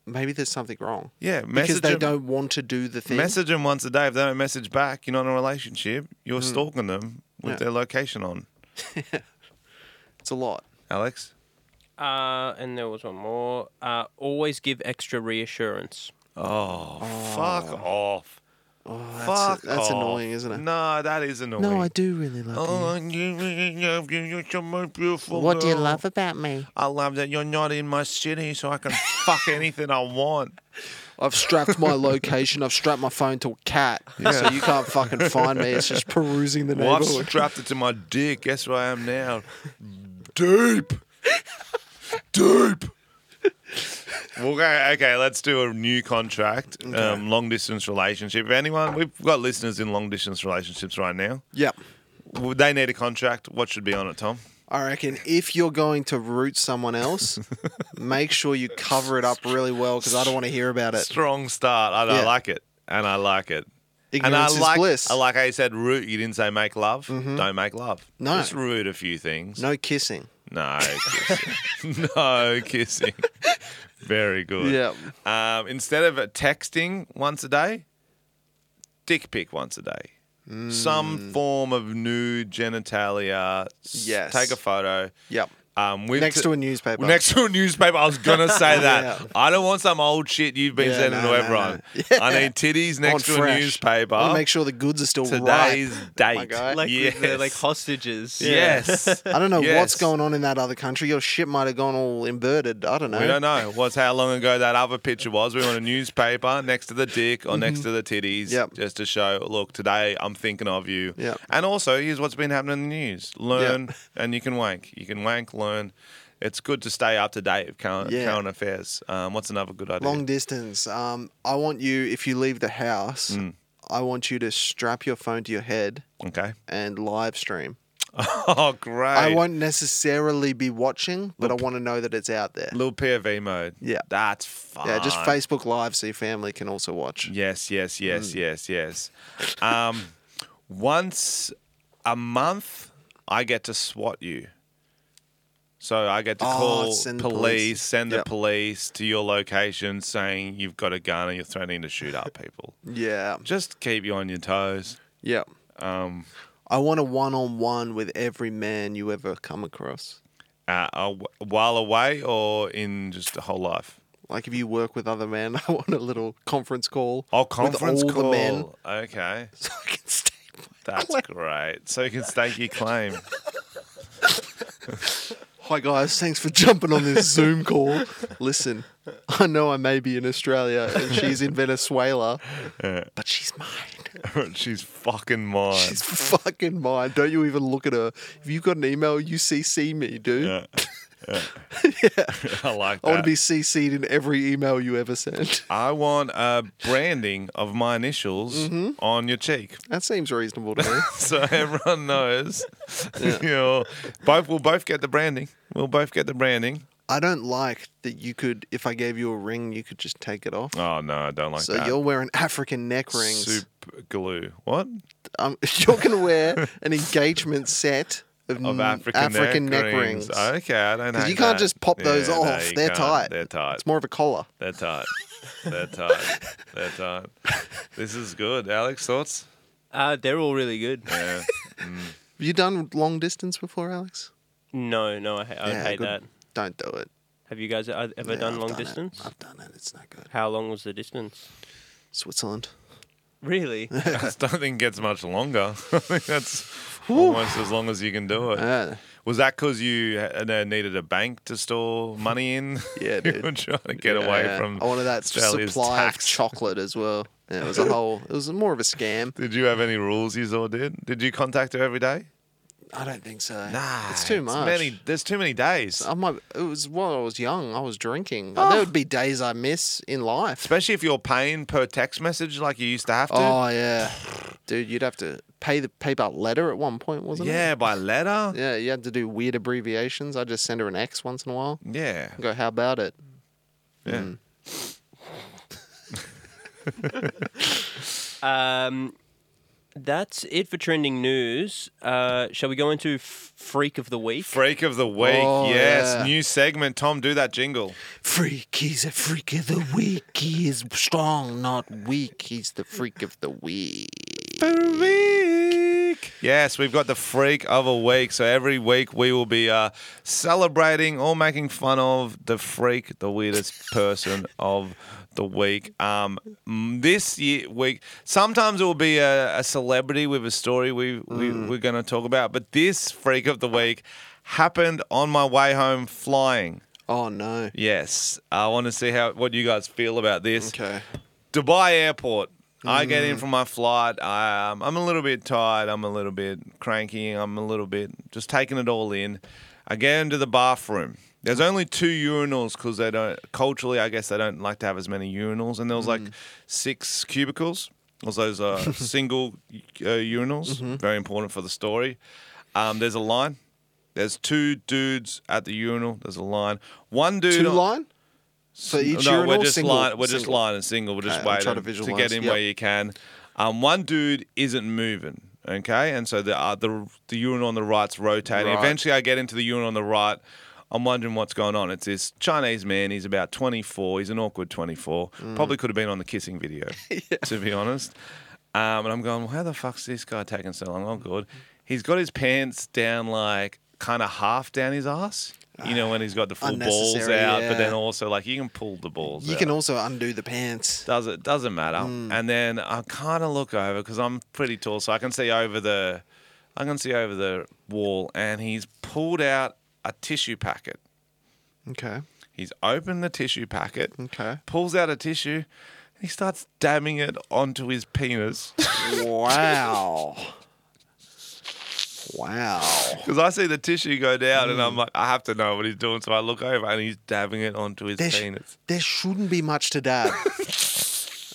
B: maybe there's something wrong.
A: Yeah,
B: because
A: message
B: they
A: them-
B: don't want to do the thing.
A: Message them once a day. If they don't message back, you're not in a relationship. You're stalking them with
B: Mm. Yeah.
A: their location on.
B: It's a lot.
A: Alex,
C: Uh, and there was one more. Uh, always give extra reassurance.
A: oh, fuck off.
B: That's,
A: Fuck
B: that's
A: off.
B: annoying, isn't it?
A: No, that is annoying.
B: No, I do really love
A: Oh, you- you- you- you're so much beautiful. girl.
B: about me?
A: I love that you're not in my city, so I can fuck anything I want.
B: I've strapped my location. I've strapped my phone to a cat, so
A: Yeah.
B: you can't fucking find me. It's just perusing the
A: Well, I've
B: neighborhood.
A: strapped it to my dick. Guess where I am now? Deep. Deep. Well, okay, okay, let's do a new contract. Um, long distance relationship. If anyone, we've got listeners in long distance relationships right now.
B: Yep.
A: Well, They need a contract. What should be on it, Tom?
B: I reckon if you're going to root someone else, make sure you cover it up really well because I don't want to hear about it.
A: Strong start. I, I
B: Uh, Yeah.
A: like it, and I like it.
B: Ignorance
A: and
B: is
A: I like,
B: bliss. Mm-hmm.
A: I like how you said root. You didn't say make love. Don't make love.
B: No.
A: just root a few things.
B: No kissing.
A: No kissing. no kissing. Very good.
B: Yep.
A: Um, instead of texting once a day, dick pic once a day. Some form of nude genitalia. S-
B: Mm. Yes.
A: Take a photo.
B: Yep.
A: Um, we've
B: Next
A: t-
B: to a newspaper.
A: Next to a newspaper. I was gonna say that.
B: Yeah.
A: I don't want some old shit you've been
B: Yeah,
A: sending
B: no,
A: to
B: no,
A: everyone.
B: no.
A: I need titties next to
B: On
A: a
B: fresh.
A: newspaper.
B: I wanna make sure the goods are still
A: Today's
B: ripe.
A: date.
B: my guy.
C: Like with the, like
A: Yes.
C: hostages.
A: Yes.
B: I don't know what's
A: Yes.
B: going on in that other country. Your shit might have gone all inverted. I don't know.
A: We don't know what's how long ago that other picture was. We want a newspaper next to the dick or next to the titties,
B: Mm-hmm. Yep.
A: just to show. Look, today I'm thinking of you.
B: Yep.
A: And also, here's what's been happening in the news. Learn, and you can wank. You can wank. Learn. It's good to stay up to date with current,
B: Yeah.
A: current affairs. Um, what's another good idea?
B: Long distance. Um, I want you if you leave the house,
A: Mm.
B: I want you to strap your phone to your head
A: okay.
B: and live stream.
A: Oh, great.
B: I won't necessarily be watching, but I want to know that it's out there.
A: little POV mode.
B: Yeah.
A: That's fun.
B: Yeah, just Facebook Live so your family can also watch.
A: Yes, yes,
B: Mm.
A: yes, yes, yes. Um, once a month, I get to SWAT you. So I get to
B: Oh,
A: call
B: send the
A: police,
B: police.
A: send
B: Yep.
A: the police to your location saying you've got a gun and you're threatening to shoot up people.
B: Yeah.
A: Just keep you on your toes.
B: Yeah.
A: Um,
B: I want a one on one with every man you ever come across.
A: uh, uh, wh- while away or in just the whole life?
B: Like if you work with other men, I want a little conference call.
A: Oh, conference
B: with all
A: call.
B: the men.
A: Okay.
B: So I can stay.
A: That's great. So you can stake your claim.
B: Hi guys, thanks for jumping on this Zoom call. Listen, I know I may be in Australia and she's in Venezuela, but she's mine.
A: she's fucking mine.
B: She's fucking mine. Don't you even look at her. If you've got an email, you CC me, dude.
A: Yeah. I like that.
B: I want to be CC'd in every email you ever send.
A: I want a branding of my initials
B: Mhm.
A: on your cheek.
B: That seems reasonable to me.
A: So everyone knows.
B: Yeah.
A: you know, both we'll both get the branding. We'll both get the branding.
B: I don't like that you could, if I gave you a ring, you could just take it off.
A: Oh no, I don't like
B: so
A: that.
B: you're wearing African neck rings.
A: Super glue. What?
B: Um, you're going to wear an engagement set of,
A: Of
B: n-
A: African,
B: Mm, neck, rings.
A: Okay, I don't know.
B: Because you can't just pop those off. They're tight.
A: They're tight.
B: It's more of a collar.
A: They're tight. They're tight. They're tight. This is good. Alex, thoughts?
C: Uh, they're all really good.
A: Yeah.
B: Have you done long distance before, Alex?
C: No, no, I, ha- I would
B: Yeah,
C: hate
B: good.
C: that.
B: Don't do it.
C: Have you guys uh, ever
B: Yeah,
C: done
B: I've
C: long
B: done it.
C: distance?
B: I've done it. It's not good.
C: How long was the distance?
B: Switzerland.
C: Really?
A: I just don't think it gets much longer. I think that's almost as long as you can do it.
B: Uh,
A: Was that because you had- uh, needed a bank to store money in?
B: Yeah,
A: you
B: dude.
A: were trying to get away
B: Yeah.
A: from.
B: I wanted that
A: Australia's
B: supply
A: tax.
B: of chocolate as well. Yeah, it was a whole. It was more of a scam.
A: Did you have any rules you saw did? Did you contact her every day?
B: I don't think so.
A: Nah,
B: Ah, it's too much. Oh.
A: many- there's too many days.
B: I might, it was while I was young. I was drinking.
A: Oh.
B: There would be days I miss in life.
A: Especially if you're paying per text message like you used to have to.
B: Oh yeah, dude, you'd have to pay the pay by letter at one point, wasn't
A: yeah, by letter.
B: it? Yeah, you had to do weird abbreviations. I just send her an X once in a while.
A: Yeah.
B: And go, how about it?
A: Yeah.
B: Mm.
C: Um, that's it for trending news. Uh, shall we go into f- freak of the week?
A: Freak of the week.
C: Oh,
A: yes.
C: yeah.
A: New segment. Tom, do that jingle.
B: Freak, he's a freak of the week. He is strong, not weak. He's the freak of the week.
A: Yes, we've got the freak of a week. So every week we will be uh, celebrating or making fun of the freak, the weirdest person of the week. Um, mm, this year, week, sometimes it will be a, a celebrity with a story we, we we're going to talk about. But this freak of the week happened on my way home flying.
B: Oh no.
A: Yes, I want to see how what you guys feel about this.
B: Okay.
A: Dubai Airport. I get in from my flight. I, um, I'm a little bit tired. I'm a little bit cranky. I'm a little bit just taking it all in. I get into the bathroom. There's only two urinals because they don't culturally. I guess they don't like to have as many urinals. And there was like six cubicles. It was those uh, single uh, urinals. Very important for the story. Um, there's a line. There's two dudes at the urinal. There's a line. One dude.
B: Two
A: on-
B: line. So each
A: no,
B: urinal
A: we're just
B: single.
A: line, we're just
B: single.
A: lining single. We're just
B: Okay, I'm trying to
A: waiting to,
B: visualise,
A: get in
B: yep.
A: where you can. Um, one dude isn't moving. Okay, and so the uh, the the urinal on the right's rotating.
B: Right.
A: Eventually, I get into the urinal on the right. I'm wondering what's going on. It's this Chinese man. He's about 24. He's an awkward 24.
B: Mm.
A: Probably could have been on the kissing video, to be honest. Um, and I'm going, well, how the fuck's this guy taking so long? Oh, good. He's got his pants down, like kind of half down his ass. You know, when he's got the full balls
B: Unnecessary,
A: out, but then
B: yeah.
A: also like you can pull the balls.
B: You
A: out.
B: can also undo the pants.
A: Does it doesn't matter.
B: Mm.
A: And then I kind of look over because I'm pretty tall, so I can see over the, I can see over the wall, and he's pulled out a tissue packet.
B: Okay.
A: He's opened the tissue packet,
B: Okay.
A: pulls out a tissue, and he starts damming it onto his penis.
B: Wow. wow.
A: Because I see the tissue go down, and I'm
B: Hmm.
A: like, I have to know what he's doing, so I look over, and he's dabbing it onto his
B: There, sh-
A: penis.
B: there shouldn't be much to dab.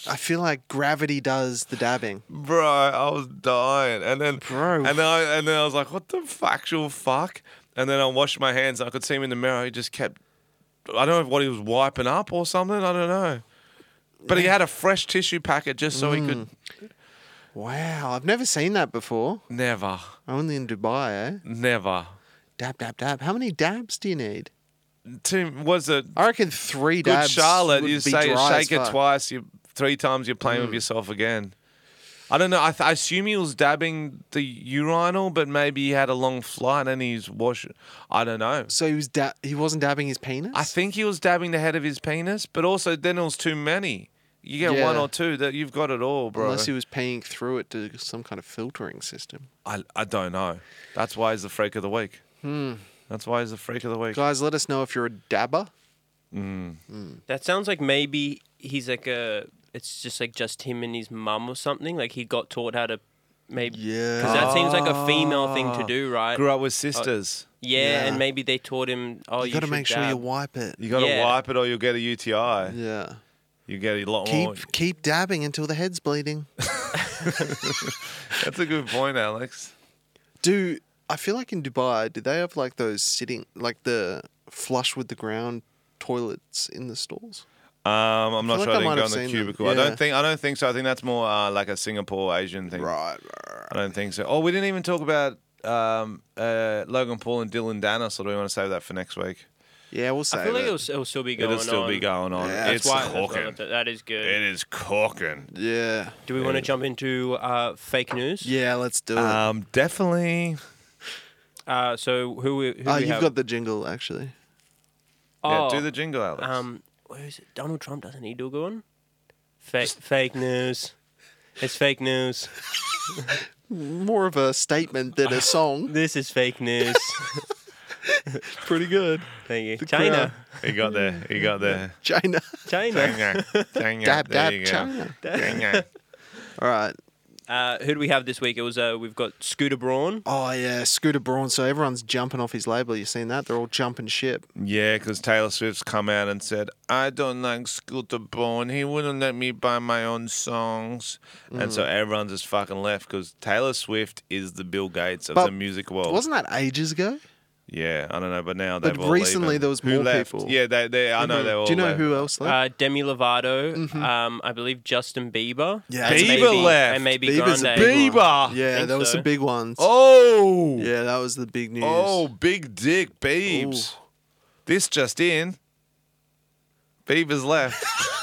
B: I feel like gravity does the dabbing.
A: bro, I was dying. And then,
B: Bro.
A: and then, I, and then I was like, what the factual fuck? And then I washed my hands. I could see him in the mirror. He just kept, I don't know what he was wiping up or something. I don't know. But he had a fresh tissue packet just so he
B: Mm.
A: could.
B: Wow, I've never seen that before.
A: Never,
B: Only in Dubai, eh?
A: Mm. never.
B: Dab, dab, dab. How many dabs do you need?
A: Tim, was it
B: I reckon three
A: good,
B: dabs.
A: Charlotte?
B: would
A: You
B: be
A: say you
B: dry as
A: shake it
B: fuck. Mm.
A: twice, you three times, you're playing with yourself again. I don't know. I, th- I assume he was dabbing the urinal, but maybe he had a long flight and he's wash. I don't know.
B: So he was da- he wasn't dabbing his penis.
A: I think he was dabbing the head of his penis, but also then it was too many. You get one
B: Yeah.
A: or two that you've got it all, bro.
B: Unless he was paying through it to some kind of filtering system.
A: I, I don't know. That's why he's the freak of the week.
B: Hmm.
A: That's why he's the freak of the week.
B: Guys, let us know if you're a dabber.
A: Mm.
C: That sounds like maybe he's like a. It's just like just him and his mum or something. Like he got taught how to maybe.
B: Yeah.
C: Because that seems like a female thing to
A: Ah.
C: do, right?
A: Grew up with
C: Oh,
A: sisters.
C: yeah,
A: Yeah.
C: and maybe they taught him. Oh, you,
B: you got to
C: should
B: make sure you
C: dab."
B: wipe it.
A: You got to
C: Yeah.
A: wipe it or you'll get a UTI.
B: Yeah.
A: You get a lot more.
B: Keep keep dabbing until the head's bleeding.
A: That's a good point, Alex.
B: Do I feel like in Dubai, do they have like those sitting like the flush with the ground toilets in the stalls?
A: Um, I'm
B: feel
A: not sure
B: like I
A: I didn't
B: might
A: go
B: have
A: on the
B: seen them.
A: cubicle. I
B: Yeah.
A: don't think I don't think so. I think that's more uh, like a Singapore Asian thing. Right, I don't think so. Oh, we didn't even talk about um, uh, Logan Paul and Dylan Danis, or do we want to save that for next week?
B: Yeah, we'll save
C: I feel like
B: it.
C: it'll, it'll still be going
A: It'll still
C: on.
A: be going on.
C: That's
A: it's
C: why
A: cooking.
C: that is good.
A: It is cooking.
B: Yeah.
C: Do we want to jump into uh, fake news?
B: Yeah, let's do it.
A: Um, definitely.
C: Uh, so who? we- who
A: Ah,
B: Oh,
C: we
B: you've
C: have?
B: got the jingle actually.
A: Yeah,
C: Oh,
A: do the jingle, Alex.
C: Um, where is it? Donald Trump doesn't he do a good one? Fake fake news. It's fake news.
B: More of a statement than a song.
C: this is fake news.
B: Pretty good.
C: Thank you.
B: The
C: China.
A: He got there. He got there.
B: China.
C: China.
A: China. China.
B: Dab,
A: There
B: dab,
A: you go.
B: China.
A: China.
B: All right.
C: Uh, who do we have this week? It was uh, we've got Scooter Braun.
B: Oh yeah, Scooter Braun. So everyone's jumping off his label. You seen that? They're all jumping ship.
A: Yeah, because Taylor Swift's come out and said, I don't like Scooter Braun. He wouldn't let me buy my own songs. And
B: Mm.
A: so everyone just fucking left because Taylor Swift is the Bill Gates of
B: But
A: the music world.
B: Wasn't that ages ago?
A: Yeah, I don't know, but now
B: But
A: they've all
B: recently
A: leaving.
B: there was
A: Who
B: more
A: left?
B: people.
A: Yeah, they, they, I know
B: Mhm.
A: they all
B: Do you know
A: left.
B: who else left?
C: Uh, Demi Lovato. Um, I believe Justin Bieber.
B: Yeah,
C: and
B: Bieber
C: maybe,
A: left.
C: And maybe
B: Bieber's a
C: Grande.
B: big one.
A: Bieber!
B: Yeah,
C: Think
B: that was
C: so.
B: some big ones.
A: Oh!
B: Yeah, that was the big news.
A: Oh, big dick, Biebs. This just in. Bieber's left.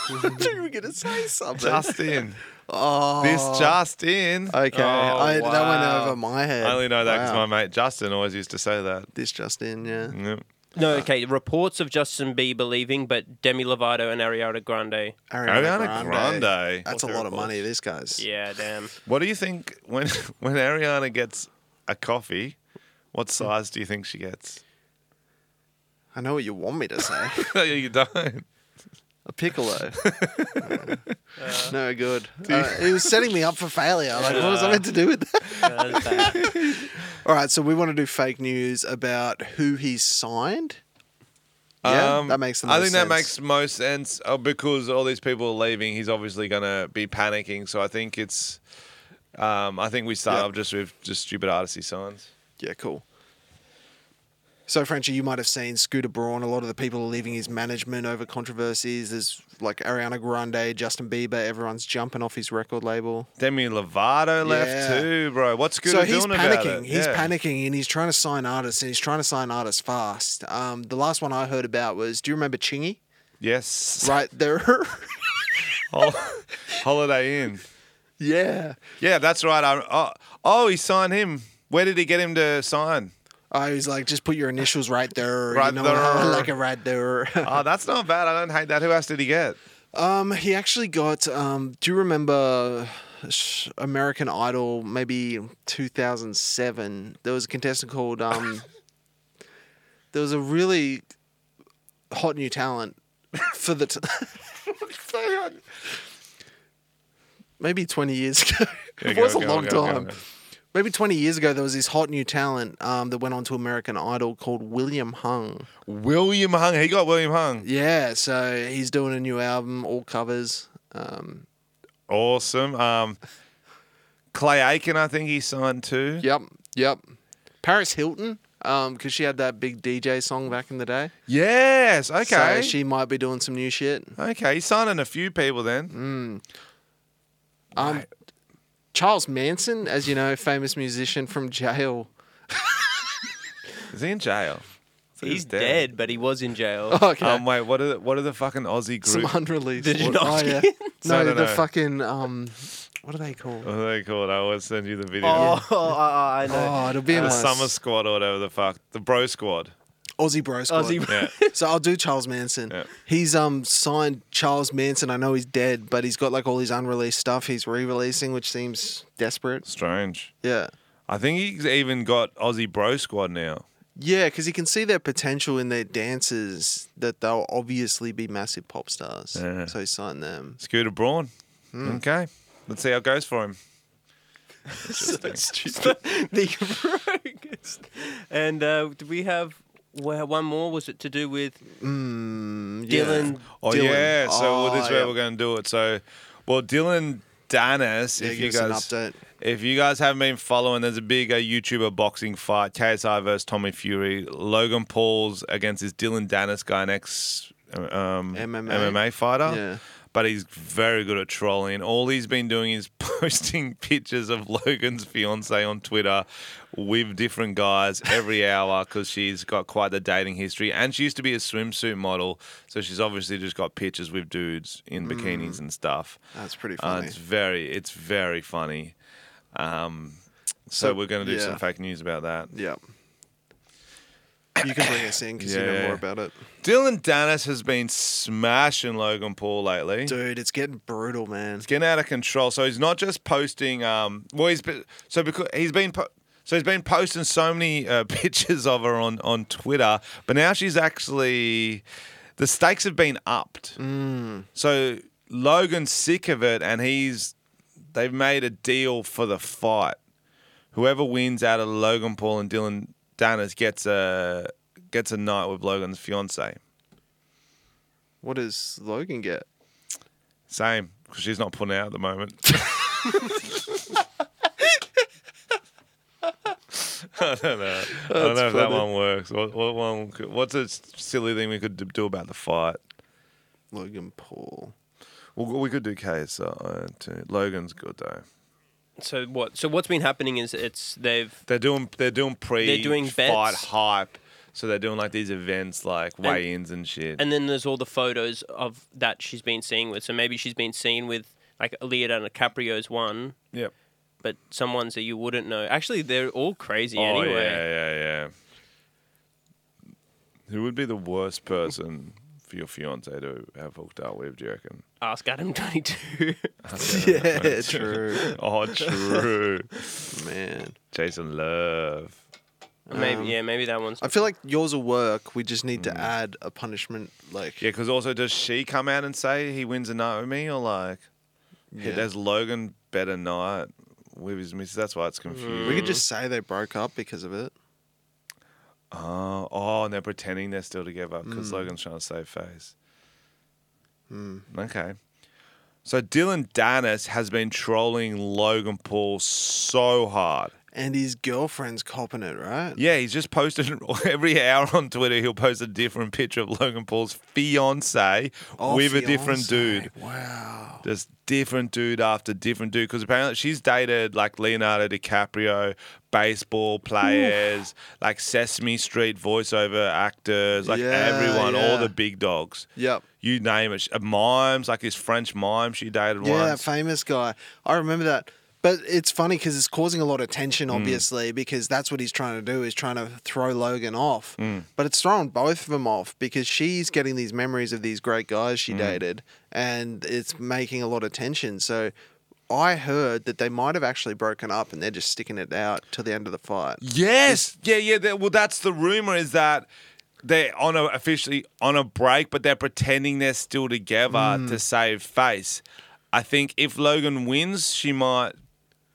B: you were gonna say something.
A: just in.
B: oh,
A: This just in.
B: Okay, I, that went
C: wow.
B: over my head.
A: Oh, I only know that because
B: Wow.
A: my Mm. mate Justin always used to say that.
B: This just in, yeah.
A: Yep.
C: No, okay. Reports of Justin Bieber leaving, but Demi Lovato and Ariana Grande.
A: Ariana Grande.
B: That's a lot of money. This guy's.
C: Yeah, damn.
A: What do you think when when Ariana gets a coffee? What size do you think she gets?
B: I know what you want me to say.
A: No, you don't.
B: a piccolo. Uh, no good. Uh, he was setting me up for failure. Like, what was I meant to do with that? All right, so we want to do fake news about who he's signed. Yeah,
A: Um,
B: that makes the most
A: I think that
B: sense.
A: makes most sense uh, because all these people are leaving. He's obviously going to be panicking. So I think it's. Um, I think we start
B: Yep.
A: off just with just stupid artisty signs.
B: Yeah, cool. So, Frenchie, you might have seen Scooter Braun. A lot of the people are leaving his management over controversies. There's like Ariana Grande, Justin Bieber. Everyone's jumping off his record label.
A: Demi Lovato left
B: Yeah.
A: too, bro. What's good
B: so
A: at
B: he's
A: doing
B: panicking.
A: about it?
B: He's
A: Yeah.
B: panicking, and he's trying to sign artists, and he's trying to sign artists fast. Um, the last one I heard about was, do you remember Chingy?
A: Yes.
B: Right there.
A: Hol- Holiday Inn.
B: yeah.
A: Yeah, that's right. I, oh, oh, he signed him. Where did he get him to sign?
B: I was like, just put your initials right there.
A: Right
B: you know,
A: there.
B: like a right there.
A: Oh, that's not bad. I don't hate that. Who else did he get?
B: Um, he actually got. Um, do you remember sh- American Idol? Maybe two thousand seven. There was a contestant called. Um, there was a really hot new talent for the. T- maybe twenty years ago.
A: Yeah,
B: it
A: go,
B: was a
A: go,
B: long
A: go, go,
B: time.
A: go.
B: Maybe twenty years ago, there was this hot new talent um, that went on to American Idol called William Hung.
A: William Hung. He got William Hung.
B: Yeah, so he's doing a new album, all covers. Um,
A: Awesome. Um, Clay Aiken, I think he signed too.
B: Yep, yep. Paris Hilton, um, because she had that big DJ song back in the day.
A: Yes. Okay.
B: So she might be doing some new shit.
A: okay. He's signing a few people then.
B: Mm. Um, Charles Manson, as you know, famous musician from jail.
A: Is he in jail? So
C: He's dead, but he was in jail.
B: Okay.
A: Um, wait. What are the, what are the fucking Aussie
B: some
A: group?
B: unreleased.
C: Did you
B: work.
C: not
B: Oh, yeah.
C: get-
B: No,
A: No, no,
B: the
A: no.
B: fucking um, what are they called?
A: What are they called? I always send you the video.
C: Oh, I know.
B: Oh, it'll be in
A: the
B: my
A: summer squad or whatever the fuck. The bro squad.
B: Aussie Bro Squad.
C: Aussie Bro. Yeah.
B: so I'll do Charles Manson. He's um signed Charles Manson. I know he's dead, but he's got like all his unreleased stuff he's re-releasing, which seems desperate.
A: Strange.
B: Yeah.
A: I think he's even got Aussie Bro Squad now.
B: Yeah, because you can see their potential in their dances that they'll obviously be massive pop stars.
A: Yeah.
B: So he signed them.
A: Scooter Braun.
B: Mm.
A: Okay. Let's see how it goes for him.
C: the rogest. And uh, do we have well, one more? Was it to do with
B: Mm, yeah.
C: Dylan?
A: Oh
C: Dylan.
A: yeah, so well, this
C: Oh,
A: way
C: yeah.
A: we're going to do it. So, well, Dylan Danis,
B: Yeah,
A: if
B: give
A: you
B: us an
A: guys
B: update.
A: if you guys haven't been following, there's a big uh, YouTuber boxing fight: KSI versus Tommy Fury, Logan Paul's against this Dylan Danis guy, an ex um,
B: MMA.
A: MMA fighter.
B: Yeah.
A: But he's very good at trolling. All he's been doing is posting pictures of Logan's fiance on Twitter with different guys every hour because she's got quite the dating history. And she used to be a swimsuit model. So she's obviously just got pictures with dudes in bikinis and stuff.
B: Mm. That's pretty
A: Uh,
B: funny.
A: it's very, it's very funny. Um, so,
B: So-
A: we're going to do
B: yeah.
A: some fake news about that.
B: Yeah. You can bring us in because you know
A: Yeah.
B: more about it.
A: Dylan Dennis has been smashing Logan Paul lately.
B: Dude, it's getting brutal, man.
A: It's getting out of control. So he's not just posting. Um, well, he's been, so because he's been po- so he's been posting so many uh, pictures of her on on Twitter, but now she's actually the stakes have been upped. So Logan's sick of it, and he's they've made a deal for the fight. Whoever wins out of Logan Paul and Dylan Danis gets a gets a night with Logan's fiance.
B: What does Logan get?
A: Same, because she's not putting out at the moment. I don't know. I don't
B: That's
A: know if that
B: funny.
A: one works. What, what one? Could, what's a s- silly thing we could d- do about the fight?
B: Logan Paul.
A: Well, we could do KSI too. Logan's good though.
C: So what? So what's been happening is it's they've
A: They're doing they're doing pre
C: doing
A: fight
C: bets.
A: hype, so they're doing like these events like weigh-ins and shit.
C: and then there's all the photos of that she's been seen with. So maybe she's been seen with like Leonardo DiCaprio's one.
A: Yep.
C: But some ones that you wouldn't know. Actually, they're all crazy
A: oh
C: anyway.
A: yeah, yeah, yeah. Who would be the worst person for your fiance to have hooked up with? Do you reckon?
C: Ask Adam Twenty Two.
B: Yeah, true.
A: oh, true.
B: Man.
A: Jason Love.
C: Maybe
B: Um,
C: yeah, maybe that one's.
B: I feel like yours will work. We just need to add a punishment. Like,
A: Mm. Yeah, because also, does she come out and say he wins a night with me, or like, yeah.
B: Yeah.
A: does Logan better night with his missus? That's why it's confusing.
B: we could just say they broke up because of it.
A: oh, oh, and they're pretending they're still together because
B: Mm.
A: Logan's trying to save face.
B: Mm.
A: Okay. So Dylan Danis has been trolling Logan Paul so hard.
B: And his girlfriend's copping it, right?
A: Yeah, he's just posted every hour on Twitter. He'll post a different picture of Logan Paul's fiance
B: Oh,
A: with a different
B: fiancée.
A: dude.
B: Wow.
A: Just different dude after different dude. Because apparently she's dated like Leonardo DiCaprio, baseball players, like Sesame Street voiceover actors, like
B: Yeah,
A: everyone, all
B: yeah.
A: the big dogs.
B: Yep.
A: You name it. She- uh, Mimes, like this French mime she dated
B: Yeah, that
A: once.
B: famous guy. I remember that. But it's funny because it's causing a lot of
A: Mm.
B: tension, obviously, because that's what he's trying to do is trying to throw Logan off.
A: Mm.
B: But it's thrown both of them off because she's getting these memories of these great guys
A: Mm.
B: she dated, and it's making a lot of tension. So I heard that they might have actually broken up, and they're just sticking it out till the end of the fight.
A: Yes. Yeah, yeah. that- well, that's the rumor is that they're on a officially on a break, but they're pretending they're still together
B: Hmm.
A: to save face. I think if Logan wins, she might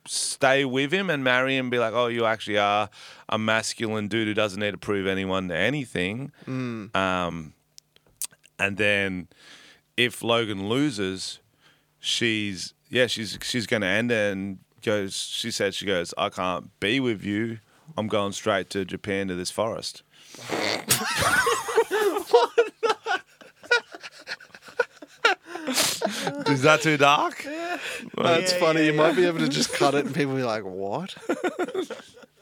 A: stay with him and marry him and be like, oh, you actually are a masculine dude who doesn't need to prove anyone anything. Um, and then if Logan loses, she's yeah, she's she's going to end it and goes. She said she goes, I can't be with you. I'm going straight to Japan to this forest. Is that too dark?
B: That's funny. you might be able to just cut it, and people will be like, "What?"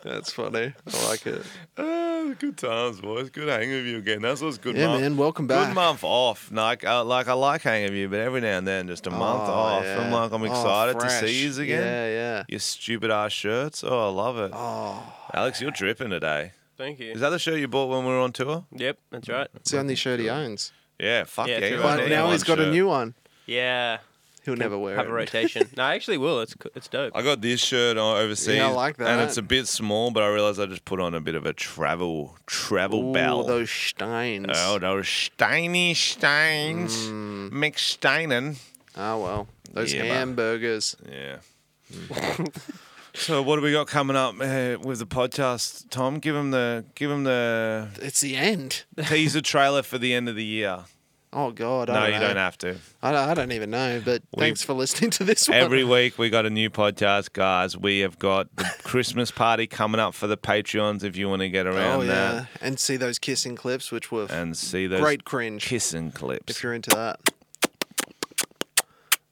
B: that's funny. I like it.
A: Uh, good times, boys. Good hanging with you again. That's what's good.
B: Yeah,
A: month.
B: man, welcome
A: Good
B: back.
A: month off. Like, uh, like I like hanging with you, but every now and then, just a month
B: Oh,
A: off.
B: yeah.
A: I'm like, I'm
B: Oh,
A: excited to
B: fresh.
A: see you again.
B: Yeah, yeah.
A: Your stupid ass shirts. Oh, I love it.
B: Oh,
A: Alex, you're dripping today.
C: Thank you.
A: Is that the shirt you bought when we were on tour?
C: Yep, that's right.
B: It's the only shirt he owns.
A: Yeah, fuck
C: Yeah,
A: yeah.
C: it's
A: you
C: a
A: got
C: But
A: an
C: now
A: A1
C: he's
B: got a
A: shirt.
B: new one.
C: Yeah.
B: He'll never wear
C: Have
B: it.
C: a rotation. no, I actually will. It's co- it's dope.
A: I got this shirt on overseas.
B: Yeah, I like
A: And
B: that.
A: it's a bit small, but I realized I just put on a bit of a travel travel
B: Ooh,
A: bell.
B: those steins.
A: Oh, those steiny steins.
B: Mm.
A: McSteinen.
B: Ah, well. Those
A: Yeah, but-
B: hamburgers.
A: Yeah. So what do we got coming up uh, with the podcast, Tom? Give him the give him the
B: It's the end.
A: teaser trailer for the end of the year.
B: Oh, God. I
A: No,
B: don't
A: you
B: know.
A: don't have to.
B: I don't, I don't even know, but thanks for listening to this one.
A: Every week we got a new podcast, guys. We have got the Christmas party coming up for the Patreons if you want to get around
B: oh,
A: that.
B: yeah. And see those kissing clips, which were f-
A: and see those
B: Great cringe.
A: kissing clips.
B: if you're into that.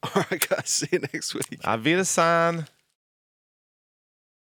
B: All right, guys. See you next week.
A: Avida-san.